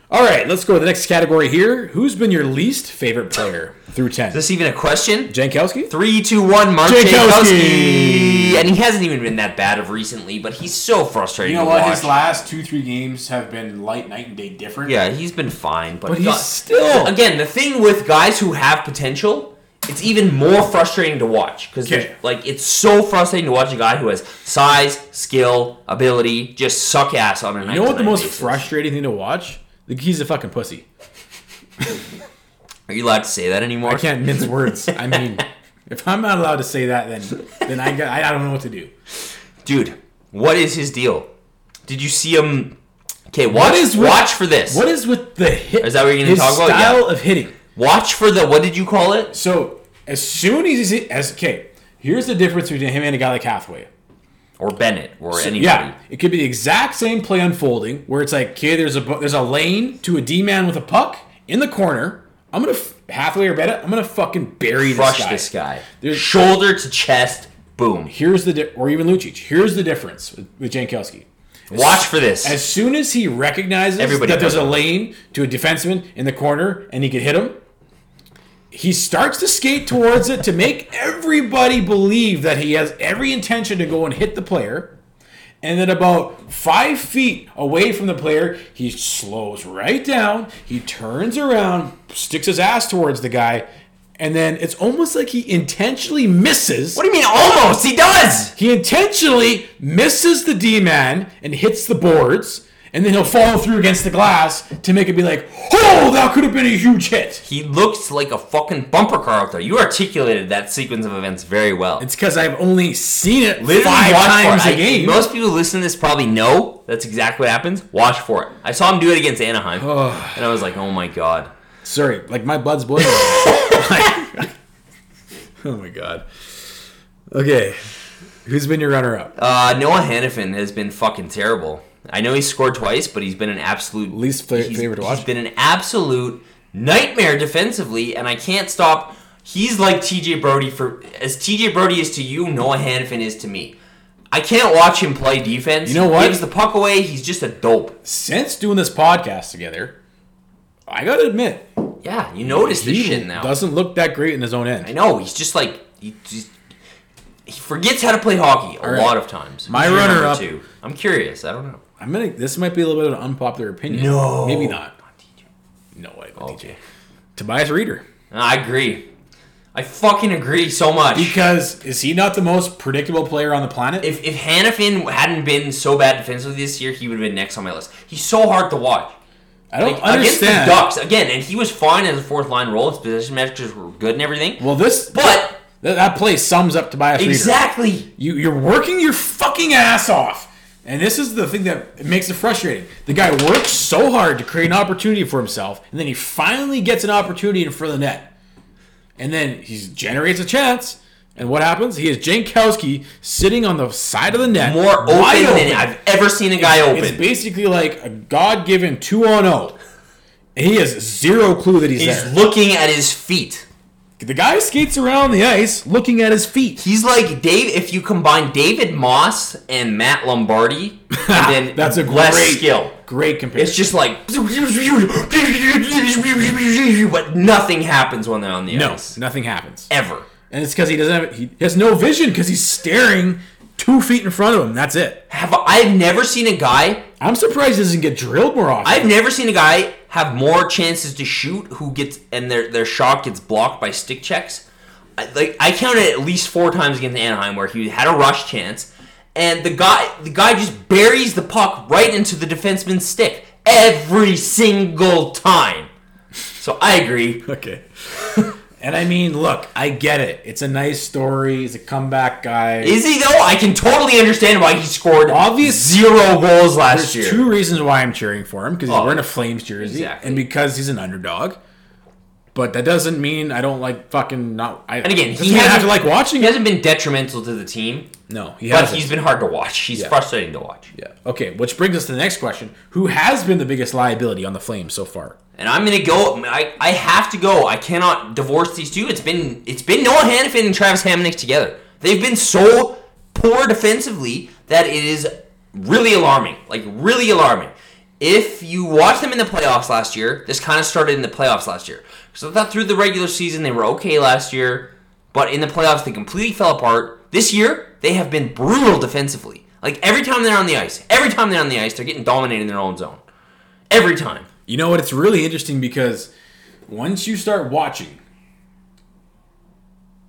Speaker 2: All right. Let's go to the next category here. Who's been your least favorite player through ten?
Speaker 1: Is this even a question?
Speaker 2: Jankowski.
Speaker 1: Three, two, one. Mark
Speaker 2: Jankowski.
Speaker 1: Jankowski. And he hasn't even been that bad of recently, but he's so frustrating.
Speaker 2: You know
Speaker 1: to
Speaker 2: what?
Speaker 1: watch.
Speaker 2: His last two, three games have been light night and day different.
Speaker 1: Yeah, he's been fine, but,
Speaker 2: But he's
Speaker 1: God-
Speaker 2: still-
Speaker 1: again the thing with guys who have potential it's even more frustrating to watch because
Speaker 2: Okay.
Speaker 1: like it's so frustrating to watch a guy who has size, skill, ability just suck ass on a night.
Speaker 2: You know what the most frustrating thing to watch? Like, he's a fucking pussy.
Speaker 1: Are you allowed to say that anymore?
Speaker 2: I can't mince (laughs) words. I mean, if I'm not allowed to say that, then then I got, I don't know what to do.
Speaker 1: Dude, what is his deal? Did you see him? Okay, watch.
Speaker 2: is with-
Speaker 1: watch for this.
Speaker 2: What is with the hit?
Speaker 1: Is that what you're gonna
Speaker 2: his
Speaker 1: talk about?
Speaker 2: Style of hitting.
Speaker 1: Watch for the. What did you call it?
Speaker 2: So as soon as he's as okay, here's the difference between him and a guy like Hathaway.
Speaker 1: Or Bennett, or anybody.
Speaker 2: Yeah, it could be the exact same play unfolding where it's like, okay, there's a bu- there's a lane to a D man with a puck in the corner. I'm gonna f- Hathaway or Bennett. I'm gonna fucking bury
Speaker 1: Crush
Speaker 2: this guy.
Speaker 1: this guy.
Speaker 2: There's-
Speaker 1: Shoulder to chest. Boom.
Speaker 2: Here's the di- or even Lucic. Here's the difference with, with Jankowski.
Speaker 1: Watch for this.
Speaker 2: As soon as he recognizes
Speaker 1: Everybody
Speaker 2: that there's
Speaker 1: does
Speaker 2: a
Speaker 1: it.
Speaker 2: lane to a defenseman in the corner and he could hit him, he starts to skate towards it to make everybody believe that he has every intention to go and hit the player. And then about five feet away from the player, he slows right down. He turns around, sticks his ass towards the guy, and then it's almost like he intentionally misses.
Speaker 1: what do you mean almost? He does.
Speaker 2: He intentionally misses the D man and hits the boards, and then he'll fall through against the glass to make it be like, oh, that could have been a huge hit.
Speaker 1: He looks like a fucking bumper car out there. You articulated that sequence of events very well.
Speaker 2: It's because I've only seen it
Speaker 1: Literally
Speaker 2: five
Speaker 1: watch
Speaker 2: times
Speaker 1: for it.
Speaker 2: a
Speaker 1: I-
Speaker 2: game.
Speaker 1: most people listening to this probably know that's exactly what happens. Watch for it. I saw him do it against
Speaker 2: (sighs)
Speaker 1: Anaheim, and I was like, oh my god.
Speaker 2: Sorry, like my blood's boiling. (laughs) oh my god. Okay, who's been your runner-up?
Speaker 1: Uh, Noah Hannafin has been fucking terrible. I know he scored twice, but he's been an absolute
Speaker 2: Least fa-
Speaker 1: he's-
Speaker 2: favorite to watch.
Speaker 1: He's been an absolute nightmare defensively, and I can't stop. He's like TJ Brody for as TJ Brody is to you, Noah Hannafin is to me. I can't watch him play defense.
Speaker 2: You know what?
Speaker 1: He gives the puck away. He's just a dope.
Speaker 2: Since doing this podcast together, I gotta admit,
Speaker 1: Yeah, you notice this
Speaker 2: he
Speaker 1: shit now.
Speaker 2: doesn't look that great in his own end.
Speaker 1: I know he's just like he just he forgets how to play hockey a
Speaker 2: right.
Speaker 1: lot of times.
Speaker 2: My
Speaker 1: Who's your number
Speaker 2: runner-up-
Speaker 1: two? I'm curious. I don't know.
Speaker 2: I'm gonna. This might be a little bit of an unpopular opinion.
Speaker 1: No.
Speaker 2: maybe not. No, I don't
Speaker 1: Okay.
Speaker 2: Tobias Reeder.
Speaker 1: I agree. I fucking agree so much.
Speaker 2: Because is he not the most predictable player on the planet?
Speaker 1: if if Hannafin hadn't been so bad defensively this year, he would have been next on my list. He's so hard to watch.
Speaker 2: I don't
Speaker 1: Like, against the
Speaker 2: understand.
Speaker 1: Ducks again, and he was fine as a fourth line role. His position metrics were good and everything.
Speaker 2: well, this
Speaker 1: But
Speaker 2: th- that play sums up Tobias Reeder.
Speaker 1: exactly,
Speaker 2: You you're working your fucking ass off. And this is the thing that makes it frustrating. The guy works so hard to create an opportunity for himself, and then he finally gets an opportunity in front of the net. And then he generates a chance, and what happens? He has Jankowski sitting on the side of the net.
Speaker 1: more open,
Speaker 2: wide
Speaker 1: than I've ever seen a guy open.
Speaker 2: It's basically like a God given 2 on 0. And he has zero clue that he's,
Speaker 1: He's
Speaker 2: there.
Speaker 1: looking at his feet.
Speaker 2: The guy skates around the ice looking at his feet.
Speaker 1: He's like Dave. If you combine David Moss and Matt
Speaker 2: (laughs)
Speaker 1: Lombardi, and then
Speaker 2: Ah, That's a
Speaker 1: less
Speaker 2: great
Speaker 1: skill.
Speaker 2: Great comparison.
Speaker 1: It's just like, but nothing happens when they're on the
Speaker 2: no,
Speaker 1: ice.
Speaker 2: nothing happens.
Speaker 1: Ever.
Speaker 2: And it's because he doesn't have he has no vision because he's staring two feet in front of him. That's it.
Speaker 1: Have I've never seen a guy.
Speaker 2: I'm surprised he doesn't get drilled more often.
Speaker 1: I've never seen a guy have more chances to shoot who gets and their their shot gets blocked by stick checks. I, like I counted at least four times against Anaheim where he had a rush chance, and the guy the guy just buries the puck right into the defenseman's stick every single time. So I agree.
Speaker 2: (laughs) okay. (laughs) and I mean, look, I get it. It's a nice story. He's a comeback guy.
Speaker 1: Is he though? I can totally understand why he scored
Speaker 2: Obvious-
Speaker 1: zero goals last year.
Speaker 2: There's two reasons why I'm cheering for him because he's
Speaker 1: Oh,
Speaker 2: wearing a Flames jersey
Speaker 1: exactly.
Speaker 2: and because he's an underdog. But that doesn't mean I don't like fucking not. I,
Speaker 1: and again,
Speaker 2: doesn't
Speaker 1: he
Speaker 2: mean I
Speaker 1: hasn't
Speaker 2: have to like watching
Speaker 1: He
Speaker 2: it.
Speaker 1: hasn't been detrimental to the team.
Speaker 2: No, he
Speaker 1: But
Speaker 2: hasn't.
Speaker 1: he's been hard to watch. He's
Speaker 2: Yeah.
Speaker 1: frustrating to watch.
Speaker 2: yeah. Okay, which brings us to the next question: Who has been the biggest liability on the Flames so far?
Speaker 1: And I'm gonna go. I, I have to go. I cannot divorce these two. It's been it's been Noah Hannafin and Travis Hamonic together. They've been so poor defensively that it is really alarming. Like really alarming. If you watch them in the playoffs last year, this kind of started in the playoffs last year. So I thought through the regular season they were okay last year, but in the playoffs they completely fell apart. This year they have been brutal defensively. Like every time they're on the ice, every time they're on the ice, they're getting dominated in their own zone. Every time.
Speaker 2: You know what? It's really interesting because once you start watching,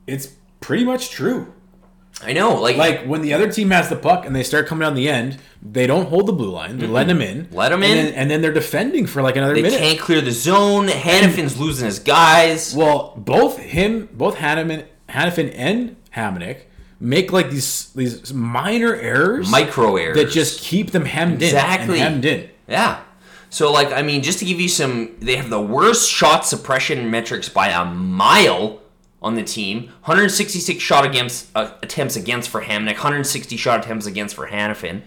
Speaker 2: it's pretty much true.
Speaker 1: I know, like,
Speaker 2: Like when the other team has the puck and they start coming down the end, they don't hold the blue line. They're letting them in.
Speaker 1: Let 'em
Speaker 2: and
Speaker 1: in.
Speaker 2: Then, and then they're defending for like another
Speaker 1: they
Speaker 2: minute.
Speaker 1: can't clear the zone. Hannafin's losing his guys.
Speaker 2: Well, both him, both Hannafin, Hannafin and Hamonic make like these these minor errors,
Speaker 1: Micro errors.
Speaker 2: that just keep them hemmed
Speaker 1: Exactly.
Speaker 2: in, and hemmed in.
Speaker 1: Yeah. So, like, I mean, just to give you some, they have the worst shot suppression metrics by a mile on the team. 166 shot against, uh, attempts against for Hamnick, 160 shot attempts against for Hannafin.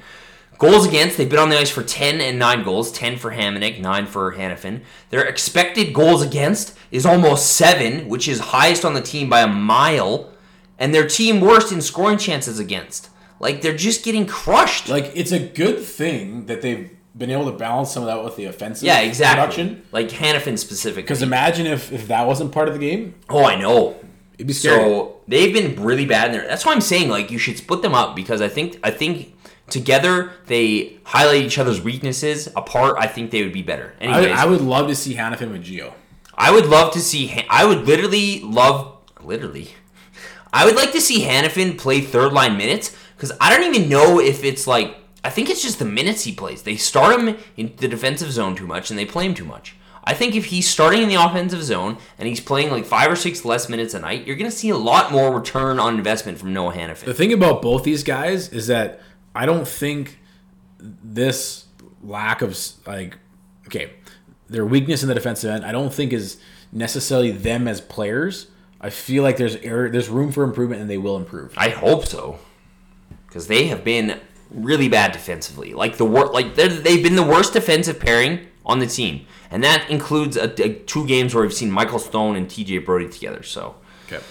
Speaker 1: Goals against, they've been on the ice for 10 and 9 goals 10 for Hamnick, 9 for Hannafin. Their expected goals against is almost 7, which is highest on the team by a mile. And their team worst in scoring chances against. Like, they're just getting crushed.
Speaker 2: Like it's a good thing that they've been able to balance some of that with the offensive
Speaker 1: yeah, exactly.
Speaker 2: production.
Speaker 1: Like Hannafin specifically.
Speaker 2: Because imagine if, if that wasn't part of the game,
Speaker 1: Oh, I know.
Speaker 2: it'd be scary.
Speaker 1: So they've been really bad in there. That's why I'm saying like you should split them up because I think I think together they highlight each other's weaknesses. Apart, I think they would be better.
Speaker 2: I,
Speaker 1: Anyways,
Speaker 2: I would love to see Hannafin with Geo.
Speaker 1: I would love to see. Han- I would literally love, literally, I would like to see Hannafin play third line minutes because I don't even know if it's like. I think it's just the minutes he plays. They start him in the defensive zone too much and they play him too much. I think if he's starting in the offensive zone and he's playing like five or six less minutes a night, you're going to see a lot more return on investment from Noah Hannafin.
Speaker 2: The thing about both these guys is that I don't think this lack of s- like okay, their weakness in the defensive end, I don't think is necessarily them as players. I feel like there's error, there's room for improvement, and they will improve.
Speaker 1: I hope so, because they have been really bad defensively. Like the wor- like they're- they've been the worst defensive pairing on the team, and that includes a, a- two games where we've seen Michael Stone and T.J. Brody together. So,
Speaker 2: Okay,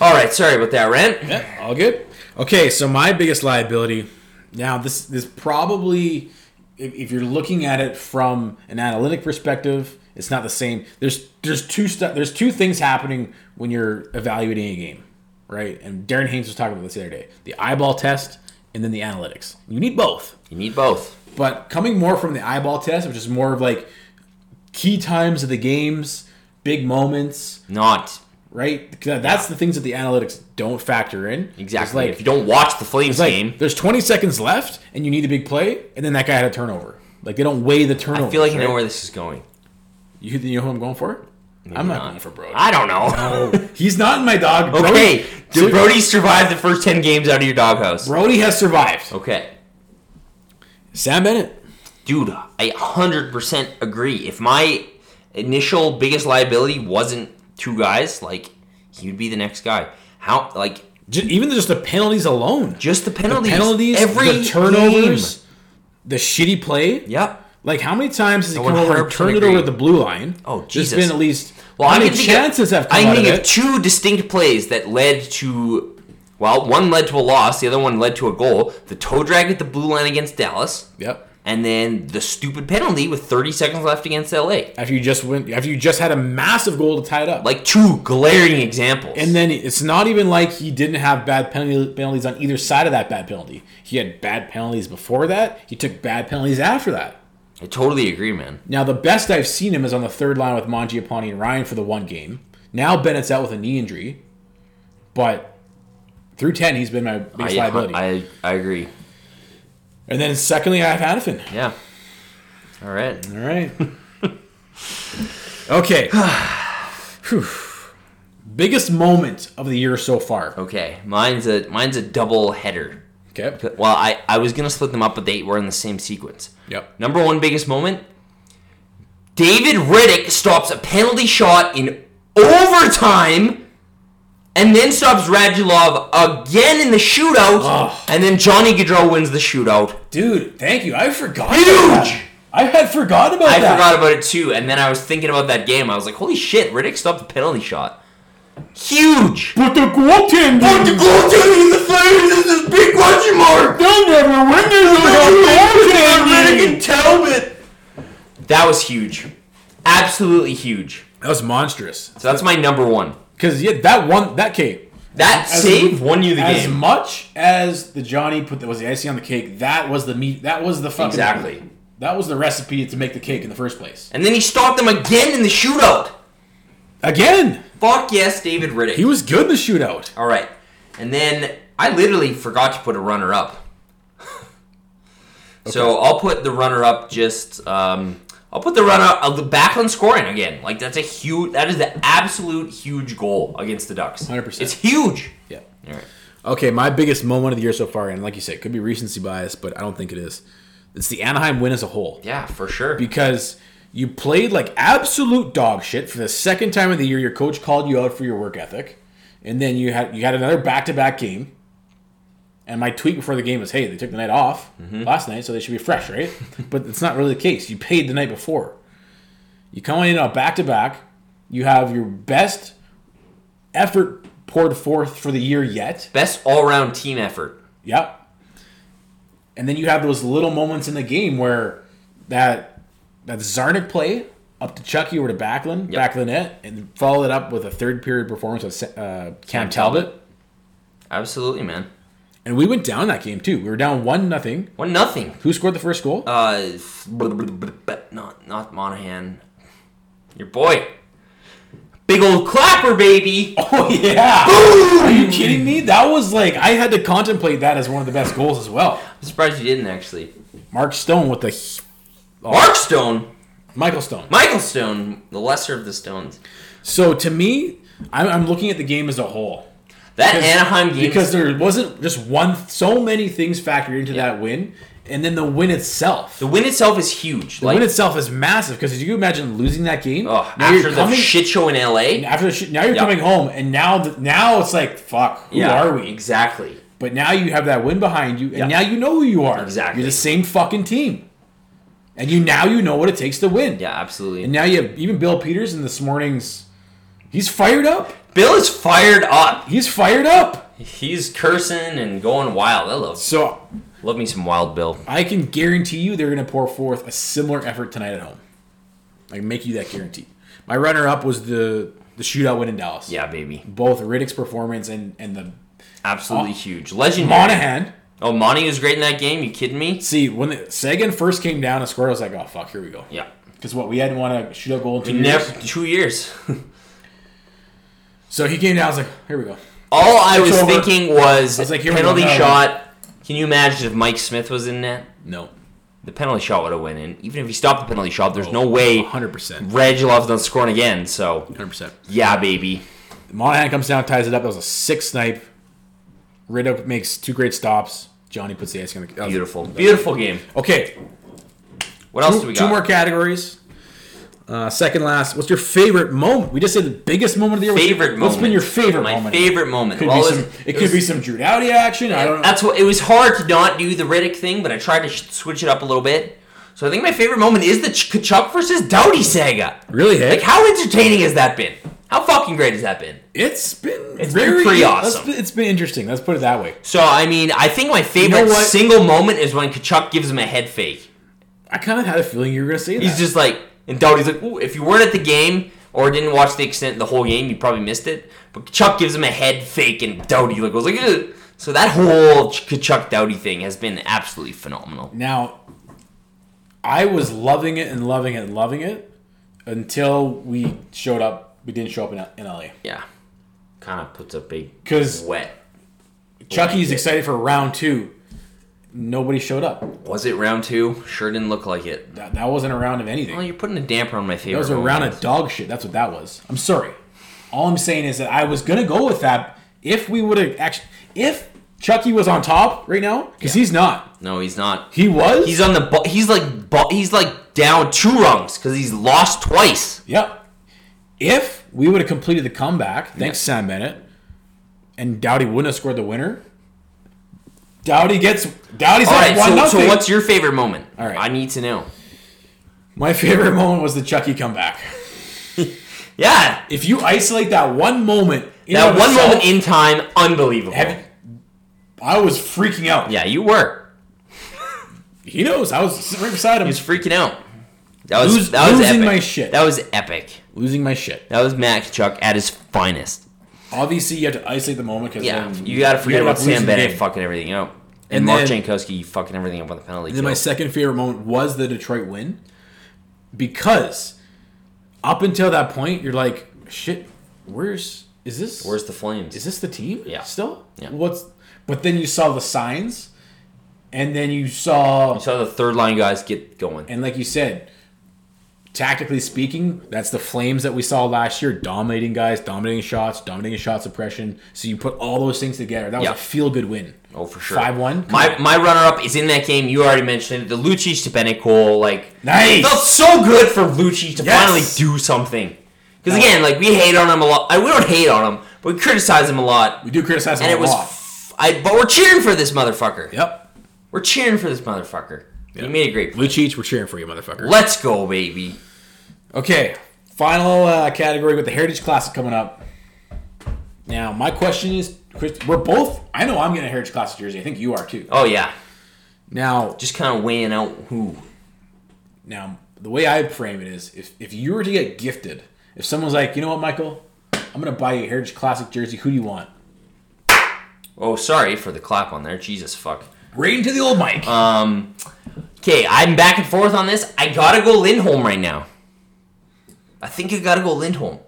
Speaker 1: all right, sorry about that, Rent.
Speaker 2: yeah, all good. Okay, so my biggest liability now this this probably if, if you're looking at it from an analytic perspective, it's not the same. There's there's two stu- there's two things happening when you're evaluating a game, right? And Darren Haynes was talking about this the other day: the eyeball test and then the analytics. You need both,
Speaker 1: You need both.
Speaker 2: but coming more from the eyeball test, which is more of like key times of the games, big moments,
Speaker 1: Not
Speaker 2: right? 'Cause That's the things that the analytics don't factor in. It's
Speaker 1: exactly.
Speaker 2: like
Speaker 1: if you don't watch the Flames
Speaker 2: like,
Speaker 1: game,
Speaker 2: There's 20 seconds left, and you need a big play, and then that guy had a turnover. Like they don't weigh the turnover.
Speaker 1: I feel like I know where this is going.
Speaker 2: you, you know who I'm going for. I'm not, going for Brody.
Speaker 1: I don't (laughs) know.
Speaker 2: He's not in my dog. Brody-
Speaker 1: okay,
Speaker 2: Dude,
Speaker 1: did Brody survive the first ten games out of your doghouse?
Speaker 2: Brody has survived.
Speaker 1: Okay.
Speaker 2: Sam Bennett.
Speaker 1: Dude, I 100% agree. If my initial biggest liability wasn't two guys, like, he would be the next guy. How, like,
Speaker 2: Ju- even just the penalties alone.
Speaker 1: just the penalties.
Speaker 2: penalties,
Speaker 1: every
Speaker 2: the turnovers, the shitty play.
Speaker 1: game. Yep.
Speaker 2: Like how many times has he
Speaker 1: I
Speaker 2: come over and
Speaker 1: 100%
Speaker 2: turned it
Speaker 1: agree.
Speaker 2: over at the blue line?
Speaker 1: Oh,
Speaker 2: There's
Speaker 1: Jesus.
Speaker 2: been at least
Speaker 1: Well,
Speaker 2: how
Speaker 1: I
Speaker 2: many
Speaker 1: can think of-
Speaker 2: chances have come
Speaker 1: I can
Speaker 2: out of
Speaker 1: think of
Speaker 2: it?
Speaker 1: two distinct plays that led to, well, one led to a loss, the other one led to a goal. The toe drag at the blue line against Dallas,
Speaker 2: Yep.
Speaker 1: and then the stupid penalty with 30 seconds left against LA.
Speaker 2: After you just went, after you just had a massive goal to tie it up.
Speaker 1: Like, two glaring examples.
Speaker 2: And then it's not even like he didn't have bad penalty, penalties on either side of that bad penalty. He had bad penalties before that. He took bad penalties after that.
Speaker 1: I totally agree, man.
Speaker 2: Now the best I've seen him is on the third line with Mangiapane and Ryan for the one game. Now Bennett's out with a knee injury, but through ten he's been my biggest liability.
Speaker 1: I, I, I agree.
Speaker 2: and then secondly, I have Hannafin.
Speaker 1: Yeah. All right. (laughs)
Speaker 2: All right.
Speaker 1: (sighs)
Speaker 2: okay. Whew. Biggest moment of the year so far.
Speaker 1: Okay. Mine's a mine's a double header.
Speaker 2: Okay.
Speaker 1: Well, I, I was gonna split them up, but they were in the same sequence.
Speaker 2: Yep.
Speaker 1: Number one biggest moment. David Riddick stops a penalty shot in overtime, and then stops Radulov again in the shootout,
Speaker 2: Ugh.
Speaker 1: and then Johnny Gaudreau wins the shootout.
Speaker 2: Dude, thank you. I forgot. about
Speaker 1: Huge!
Speaker 2: that. I had forgot about
Speaker 1: I
Speaker 2: that.
Speaker 1: forgot about it too, and then I was thinking about that game. I was like, holy shit, Riddick stopped the penalty shot. Huge.
Speaker 2: But the goaltender.
Speaker 1: But the goaltending in the Flames is this big question mark.
Speaker 2: They'll never win this without
Speaker 1: Talbot. That was huge, absolutely huge.
Speaker 2: That was monstrous.
Speaker 1: So that's my number one.
Speaker 2: Because yeah, that one, that cake,
Speaker 1: That
Speaker 2: As-
Speaker 1: save won you the
Speaker 2: as
Speaker 1: game.
Speaker 2: much as the Johnny put that was the icing on the cake. That was the meat. That was the fucking
Speaker 1: Exactly.
Speaker 2: That was the recipe to make the cake in the first place.
Speaker 1: And then he stopped them again in the shootout.
Speaker 2: Again,
Speaker 1: Fuck yes, David Riddick.
Speaker 2: he was good in the shootout.
Speaker 1: All right. And then I literally forgot to put a runner (laughs) up. So I'll put the runner up just um, I'll put the runner up uh, back on scoring again. Like that's a huge that is the absolute huge goal against the Ducks.
Speaker 2: 100%.
Speaker 1: It's huge.
Speaker 2: Yeah.
Speaker 1: All right.
Speaker 2: Okay, my biggest moment of the year so far, and like you said, could be recency bias, but I don't think it is. It's the Anaheim win as a whole.
Speaker 1: Yeah, for sure.
Speaker 2: because you played like absolute dog shit for the second time of the year. Your coach called you out for your work ethic, and then you had you had another back to back game. And my tweet before the game was, "Hey, they took the night off last night, so they should be fresh, right?" but it's not really the case. You paid the night before. You come in on back to back. You have your best effort poured forth for the year yet.
Speaker 1: Best all-round team effort.
Speaker 2: Yep. And then you have those little moments in the game where that that Zarnik play up to Chucky or to Backlund,
Speaker 1: Yep.
Speaker 2: Backlund it, and follow it up with a third period performance of Sa- uh, Cam Talbot.
Speaker 1: Absolutely, man.
Speaker 2: And we went down that game too. We were down one nothing.
Speaker 1: One nothing.
Speaker 2: Who scored the first goal?
Speaker 1: Uh f- not not Monahan. Your boy. Big old clapper baby.
Speaker 2: (laughs) oh yeah! Are you kidding me? That was like I had to contemplate that as one of the best goals as well.
Speaker 1: I'm surprised you didn't actually.
Speaker 2: Mark Stone with the h-
Speaker 1: Mark Stone
Speaker 2: Michael Stone.
Speaker 1: Michael Stone, the lesser of the Stones.
Speaker 2: So to me, I'm, I'm looking at the game as a whole.
Speaker 1: That Anaheim game.
Speaker 2: because there wasn't just one so many things factored into that win and then the win itself
Speaker 1: the win itself is huge.
Speaker 2: the
Speaker 1: like,
Speaker 2: win itself is massive because you can imagine losing that game
Speaker 1: oh,
Speaker 2: now you're
Speaker 1: after the
Speaker 2: coming
Speaker 1: shit show in LA.
Speaker 2: after the shit, now you're
Speaker 1: Yeah.
Speaker 2: coming home and now th- now it's like fuck who are we
Speaker 1: Exactly.
Speaker 2: but now you have that win behind you and now you know who you are
Speaker 1: Exactly.
Speaker 2: you're the same fucking team and you now you know what it takes to win
Speaker 1: Yeah, absolutely.
Speaker 2: and now you have even Bill Peters in this morning's he's fired up
Speaker 1: Bill is fired up.
Speaker 2: he's fired up
Speaker 1: He's cursing and going wild. I love
Speaker 2: so
Speaker 1: love me some wild Bill.
Speaker 2: I can guarantee you they're going to pour forth a similar effort tonight at home. I can make you that guarantee. My runner-up was the the shootout win in Dallas.
Speaker 1: Yeah, baby.
Speaker 2: Both Riddick's performance and and the
Speaker 1: Absolutely huge. Legendary.
Speaker 2: Oh. Monahan.
Speaker 1: Oh, Monty was great in that game. You kidding me?
Speaker 2: See when the, Sagan first came down and scored, I was like, oh fuck, here we go.
Speaker 1: Yeah.
Speaker 2: Because what we hadn't won a shootout goal in two years.
Speaker 1: Never two
Speaker 2: (laughs)
Speaker 1: years.
Speaker 2: So he came down. I was like, here we go.
Speaker 1: All I was
Speaker 2: over.
Speaker 1: thinking was,
Speaker 2: was like, here we go,
Speaker 1: penalty
Speaker 2: no, no.
Speaker 1: shot. Can you imagine if Mike Smith was in that?
Speaker 2: No,
Speaker 1: The penalty shot would have went in. Even if he stopped the penalty shot, there's no way
Speaker 2: Oh, hundred percent,
Speaker 1: Reg loves not scoring again, so
Speaker 2: hundred percent.
Speaker 1: yeah, baby.
Speaker 2: Monahan comes down, ties it up. That was a six snipe. Riddick makes two great stops. Johnny puts the ice on the. that was-
Speaker 1: Beautiful. Beautiful game.
Speaker 2: Okay,
Speaker 1: What else
Speaker 2: Two-
Speaker 1: do we got?
Speaker 2: Two more categories. Uh, second last. What's your favorite moment? We just said the biggest moment of the year. What's-
Speaker 1: favorite
Speaker 2: What's
Speaker 1: moment.
Speaker 2: been your favorite
Speaker 1: My
Speaker 2: moment?
Speaker 1: favorite moment.
Speaker 2: Could
Speaker 1: Well,
Speaker 2: be
Speaker 1: it
Speaker 2: some,
Speaker 1: was-
Speaker 2: it could be some Drew Dowdy action. I don't know.
Speaker 1: That's what it was hard to not do the Riddick thing, but I tried to sh- switch it up a little bit. So I think my favorite moment is the Ch- Kachuk versus Doughty saga.
Speaker 2: really, hey?
Speaker 1: Like how entertaining has that been? How fucking great has that been?
Speaker 2: it's been
Speaker 1: It's been pretty
Speaker 2: that's
Speaker 1: awesome.
Speaker 2: been- it's been interesting. Let's put it that way.
Speaker 1: So I mean, I think my favorite
Speaker 2: what?
Speaker 1: single moment is when Kachuk gives him a head fake.
Speaker 2: I kind of had a feeling you were going to say that.
Speaker 1: He's just like, and Doughty's like, Ooh, if you weren't at the game or didn't watch the extent the whole game, you probably missed it. But Chuck gives him a head fake, and Doughty like goes like, Ugh. so that whole Ch- Chuck Doughty thing has been absolutely phenomenal.
Speaker 2: now, I was loving it and loving it and loving it until we showed up. We didn't show up in, L- in LA.
Speaker 1: Yeah, kind of puts a big
Speaker 2: 'Cause-
Speaker 1: wet.
Speaker 2: Chucky's excited for round two. Nobody showed up.
Speaker 1: Was it round two? Sure didn't look like it.
Speaker 2: That, that wasn't a round of anything.
Speaker 1: Well, you're putting a damper on my favorite.
Speaker 2: That was a
Speaker 1: moment.
Speaker 2: round of dog shit. That's what that was. I'm sorry. All I'm saying is that I was gonna go with that if we would have actually if Chucky was on top right now because he's not.
Speaker 1: No, he's not.
Speaker 2: He was.
Speaker 1: He's on the. Bu- he's like. Bu- he's like down two rungs because he's lost twice.
Speaker 2: yep. If we would have completed the comeback, thanks Sam Bennett, and Dowdy wouldn't have scored the winner. Dowdy gets Dowdy's
Speaker 1: All
Speaker 2: at
Speaker 1: right.
Speaker 2: one
Speaker 1: So,
Speaker 2: nothing.
Speaker 1: so what's your favorite moment? All
Speaker 2: right.
Speaker 1: I need to know.
Speaker 2: My favorite moment was the Chucky comeback.
Speaker 1: Yeah.
Speaker 2: If you isolate that one moment, in
Speaker 1: That
Speaker 2: and of
Speaker 1: one
Speaker 2: itself,
Speaker 1: moment in time, unbelievable.
Speaker 2: have- I was freaking out.
Speaker 1: yeah, you were.
Speaker 2: He knows. I was sitting right beside him.
Speaker 1: He was freaking out. That was
Speaker 2: Lose-
Speaker 1: that was
Speaker 2: losing
Speaker 1: epic.
Speaker 2: my shit.
Speaker 1: That was epic.
Speaker 2: losing my shit.
Speaker 1: That was Matt Kachuk at his finest.
Speaker 2: Obviously, you have to isolate the moment because
Speaker 1: Yeah, you got to forget about Sam Bennett
Speaker 2: And,
Speaker 1: fucking everything up, and,
Speaker 2: And
Speaker 1: Mark
Speaker 2: then-
Speaker 1: Jankowski fucking everything up on the penalty
Speaker 2: then my
Speaker 1: kill.
Speaker 2: second favorite moment was the Detroit win because up until that point, you're like, shit, where's is this?
Speaker 1: Where's the Flames?
Speaker 2: is this the team?
Speaker 1: Yeah.
Speaker 2: Still?
Speaker 1: Yeah.
Speaker 2: What's but then you saw the signs and then you saw
Speaker 1: you saw the third line guys get going.
Speaker 2: and like you said, tactically speaking, that's the flames that we saw last year, dominating guys, dominating shots, dominating shot suppression. So you put all those things together. That was
Speaker 1: Yeah.
Speaker 2: a feel good win.
Speaker 1: Oh, for sure.
Speaker 2: Five one.
Speaker 1: My my runner up is in that game. You already mentioned it, the Lucic to Benicool. Like
Speaker 2: Nice.
Speaker 1: it felt so good for Lucic to
Speaker 2: Yes.
Speaker 1: finally do something. Because again, like we hate on him a lot. I, we don't hate on him, but we criticize him a lot.
Speaker 2: we do criticize him
Speaker 1: And
Speaker 2: a
Speaker 1: it was,
Speaker 2: lot.
Speaker 1: f- I but we're cheering for this motherfucker.
Speaker 2: yep.
Speaker 1: We're cheering for this motherfucker. He
Speaker 2: Yeah.
Speaker 1: made a great. play.
Speaker 2: Lucic, we're cheering for you, motherfucker.
Speaker 1: Let's go, baby.
Speaker 2: Okay, final uh, category with the Heritage Classic coming up. Now, my question is, Chris, we're both. I know I'm getting a Heritage Classic jersey. I think you are too.
Speaker 1: Oh yeah,
Speaker 2: Now,
Speaker 1: just kind of weighing out who.
Speaker 2: now the way I frame it is, if if you were to get gifted, if someone's like, you know what, Michael, I'm gonna buy you a Heritage Classic jersey. Who do you want?
Speaker 1: Oh, sorry for the clap on there. Jesus fuck.
Speaker 2: Right into the old mic.
Speaker 1: Um, okay, I'm back and forth on this. I gotta go Lindholm right now. I think I gotta go Lindholm.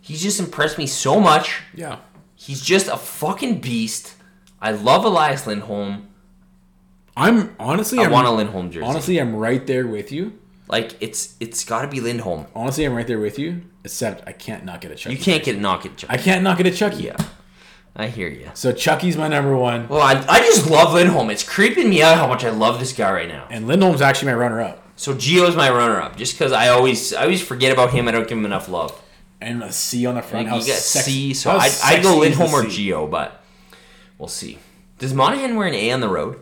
Speaker 1: He's just impressed me so much.
Speaker 2: yeah.
Speaker 1: He's just a fucking beast. I love Elias Lindholm.
Speaker 2: I'm honestly.
Speaker 1: I
Speaker 2: I'm,
Speaker 1: want a Lindholm jersey.
Speaker 2: honestly, I'm right there with you.
Speaker 1: Like it's it's gotta be Lindholm.
Speaker 2: Honestly, I'm right there with you. Except I can't not get a Chucky.
Speaker 1: You can't get knock it.
Speaker 2: I
Speaker 1: Chuck.
Speaker 2: can't not get a Chucky.
Speaker 1: Yeah, I hear you.
Speaker 2: So Chucky's my number one,
Speaker 1: Well, I, I just love Lindholm. It's creeping me out how much I love this guy right now.
Speaker 2: and Lindholm's actually my runner-up.
Speaker 1: So Gio's my runner-up, just because I always I always forget about him. I don't give him enough love.
Speaker 2: and a C on the front.
Speaker 1: Like,
Speaker 2: how
Speaker 1: you got
Speaker 2: sex-
Speaker 1: C, so
Speaker 2: how
Speaker 1: I I
Speaker 2: sexy
Speaker 1: go
Speaker 2: is
Speaker 1: Lindholm
Speaker 2: the
Speaker 1: or
Speaker 2: C?
Speaker 1: Geo, but we'll see. Does Monahan wear an A on the road?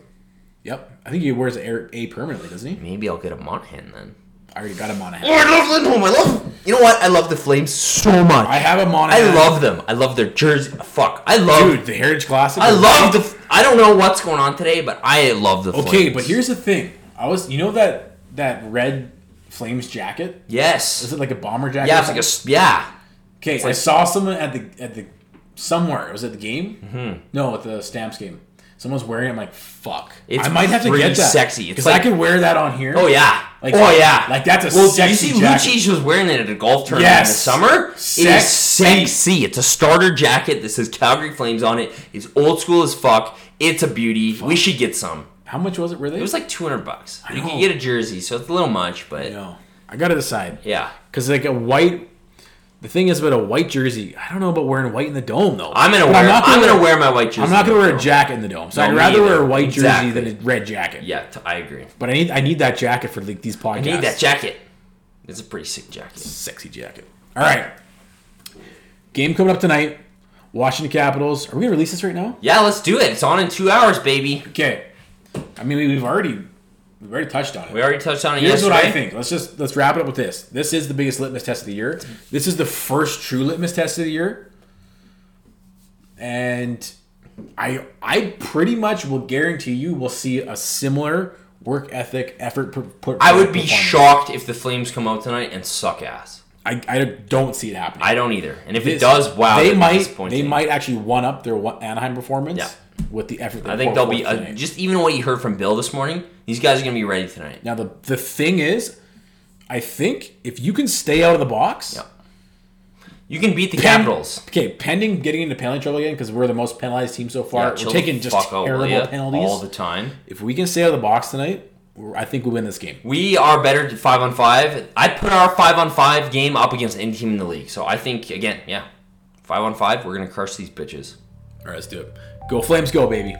Speaker 2: Yep, I think he wears a, a permanently, doesn't he?
Speaker 1: Maybe I'll get a Monahan then.
Speaker 2: I already got a Monahan.
Speaker 1: Oh, I love Lindholm. I love. You know what? I love the Flames so much.
Speaker 2: I
Speaker 1: I,
Speaker 2: have a Monahan.
Speaker 1: love them. I love their jersey. Fuck, I love.
Speaker 2: dude the Heritage Classic.
Speaker 1: I love the. I don't know what's going on today, but I love the.
Speaker 2: Okay,
Speaker 1: Flames.
Speaker 2: but here's the thing. I was, you know that that red Flames jacket. Is
Speaker 1: yes,
Speaker 2: it like a bomber jacket?
Speaker 1: yeah,
Speaker 2: or
Speaker 1: it's like a
Speaker 2: something?
Speaker 1: s- yeah.
Speaker 2: Okay, I saw someone at the at the somewhere. It was at the game. Mm-hmm. No, at the Stamps game. Someone's wearing. it. I'm like, fuck.
Speaker 1: It's
Speaker 2: I might have to
Speaker 1: pretty
Speaker 2: get that.
Speaker 1: sexy. It's
Speaker 2: because
Speaker 1: like-
Speaker 2: I could wear that on here.
Speaker 1: Oh yeah.
Speaker 2: Like-
Speaker 1: oh yeah.
Speaker 2: like, that's a
Speaker 1: well,
Speaker 2: sexy
Speaker 1: You see,
Speaker 2: jacket.
Speaker 1: Lucic was wearing it at a golf tournament in the
Speaker 2: Yes.
Speaker 1: summer. It is
Speaker 2: Sexy.
Speaker 1: sexy. It's a starter jacket that says Calgary Flames on it. It's old school as fuck. It's a beauty. We should get some.
Speaker 2: How much was it? Were they?
Speaker 1: It was like two hundred bucks. You
Speaker 2: know.
Speaker 1: can get a jersey, so it's a little much, but
Speaker 2: no. I gotta decide.
Speaker 1: yeah.
Speaker 2: Because like a white, the thing is about a white jersey. I don't know about wearing white in the dome though.
Speaker 1: I'm gonna
Speaker 2: But
Speaker 1: wear. I'm,
Speaker 2: not
Speaker 1: gonna wear my white jersey.
Speaker 2: I'm not gonna wear a jacket in the dome. So
Speaker 1: No,
Speaker 2: I'd
Speaker 1: me
Speaker 2: rather wear
Speaker 1: either.
Speaker 2: a white jersey
Speaker 1: Exactly.
Speaker 2: than a red jacket.
Speaker 1: Yeah, t- I agree.
Speaker 2: But I need I need that jacket for like these podcasts.
Speaker 1: I need that jacket. It's a pretty sick jacket.
Speaker 2: sexy jacket. All right. Game coming up tonight. Washington Capitals. Are we gonna release this right now?
Speaker 1: Yeah, let's do it. It's on in two hours, baby.
Speaker 2: Okay. I mean we've already we've already touched on it.
Speaker 1: We already touched on it
Speaker 2: Here's
Speaker 1: yesterday.
Speaker 2: what I think. Let's just let's wrap it up with this. This is the biggest litmus test of the year. This is the first true litmus test of the year. And I I pretty much will guarantee you we'll see a similar work ethic effort put. put
Speaker 1: I would be
Speaker 2: performance.
Speaker 1: shocked if the Flames come out tonight and suck ass.
Speaker 2: I, I don't see it happening.
Speaker 1: I don't either. And if it
Speaker 2: This-
Speaker 1: does, wow,
Speaker 2: They
Speaker 1: that'd be
Speaker 2: might
Speaker 1: disappointing.
Speaker 2: they might actually one up their one- Anaheim performance
Speaker 1: Yeah.
Speaker 2: with the effort. They
Speaker 1: I think
Speaker 2: put
Speaker 1: they'll be
Speaker 2: forth
Speaker 1: uh,
Speaker 2: tonight.
Speaker 1: just even what you heard from Bill this morning. These guys are gonna be ready tonight.
Speaker 2: Now the the thing is, I think if you can stay out of the box.
Speaker 1: Yeah. You can beat the
Speaker 2: Pen-
Speaker 1: Capitals.
Speaker 2: Okay, pending getting into penalty trouble again because we're the most penalized team so far.
Speaker 1: chill
Speaker 2: we're
Speaker 1: the
Speaker 2: taking just
Speaker 1: fuck out, will
Speaker 2: terrible
Speaker 1: ya?
Speaker 2: penalties.
Speaker 1: all the time.
Speaker 2: if we can stay out of the box tonight, we're- I think we win this game.
Speaker 1: We are better to five on five. I put our five on five game up against any team in the league. So I think again, yeah, five on five, we're gonna crush these bitches.
Speaker 2: All right, let's do it. Go Flames, go baby.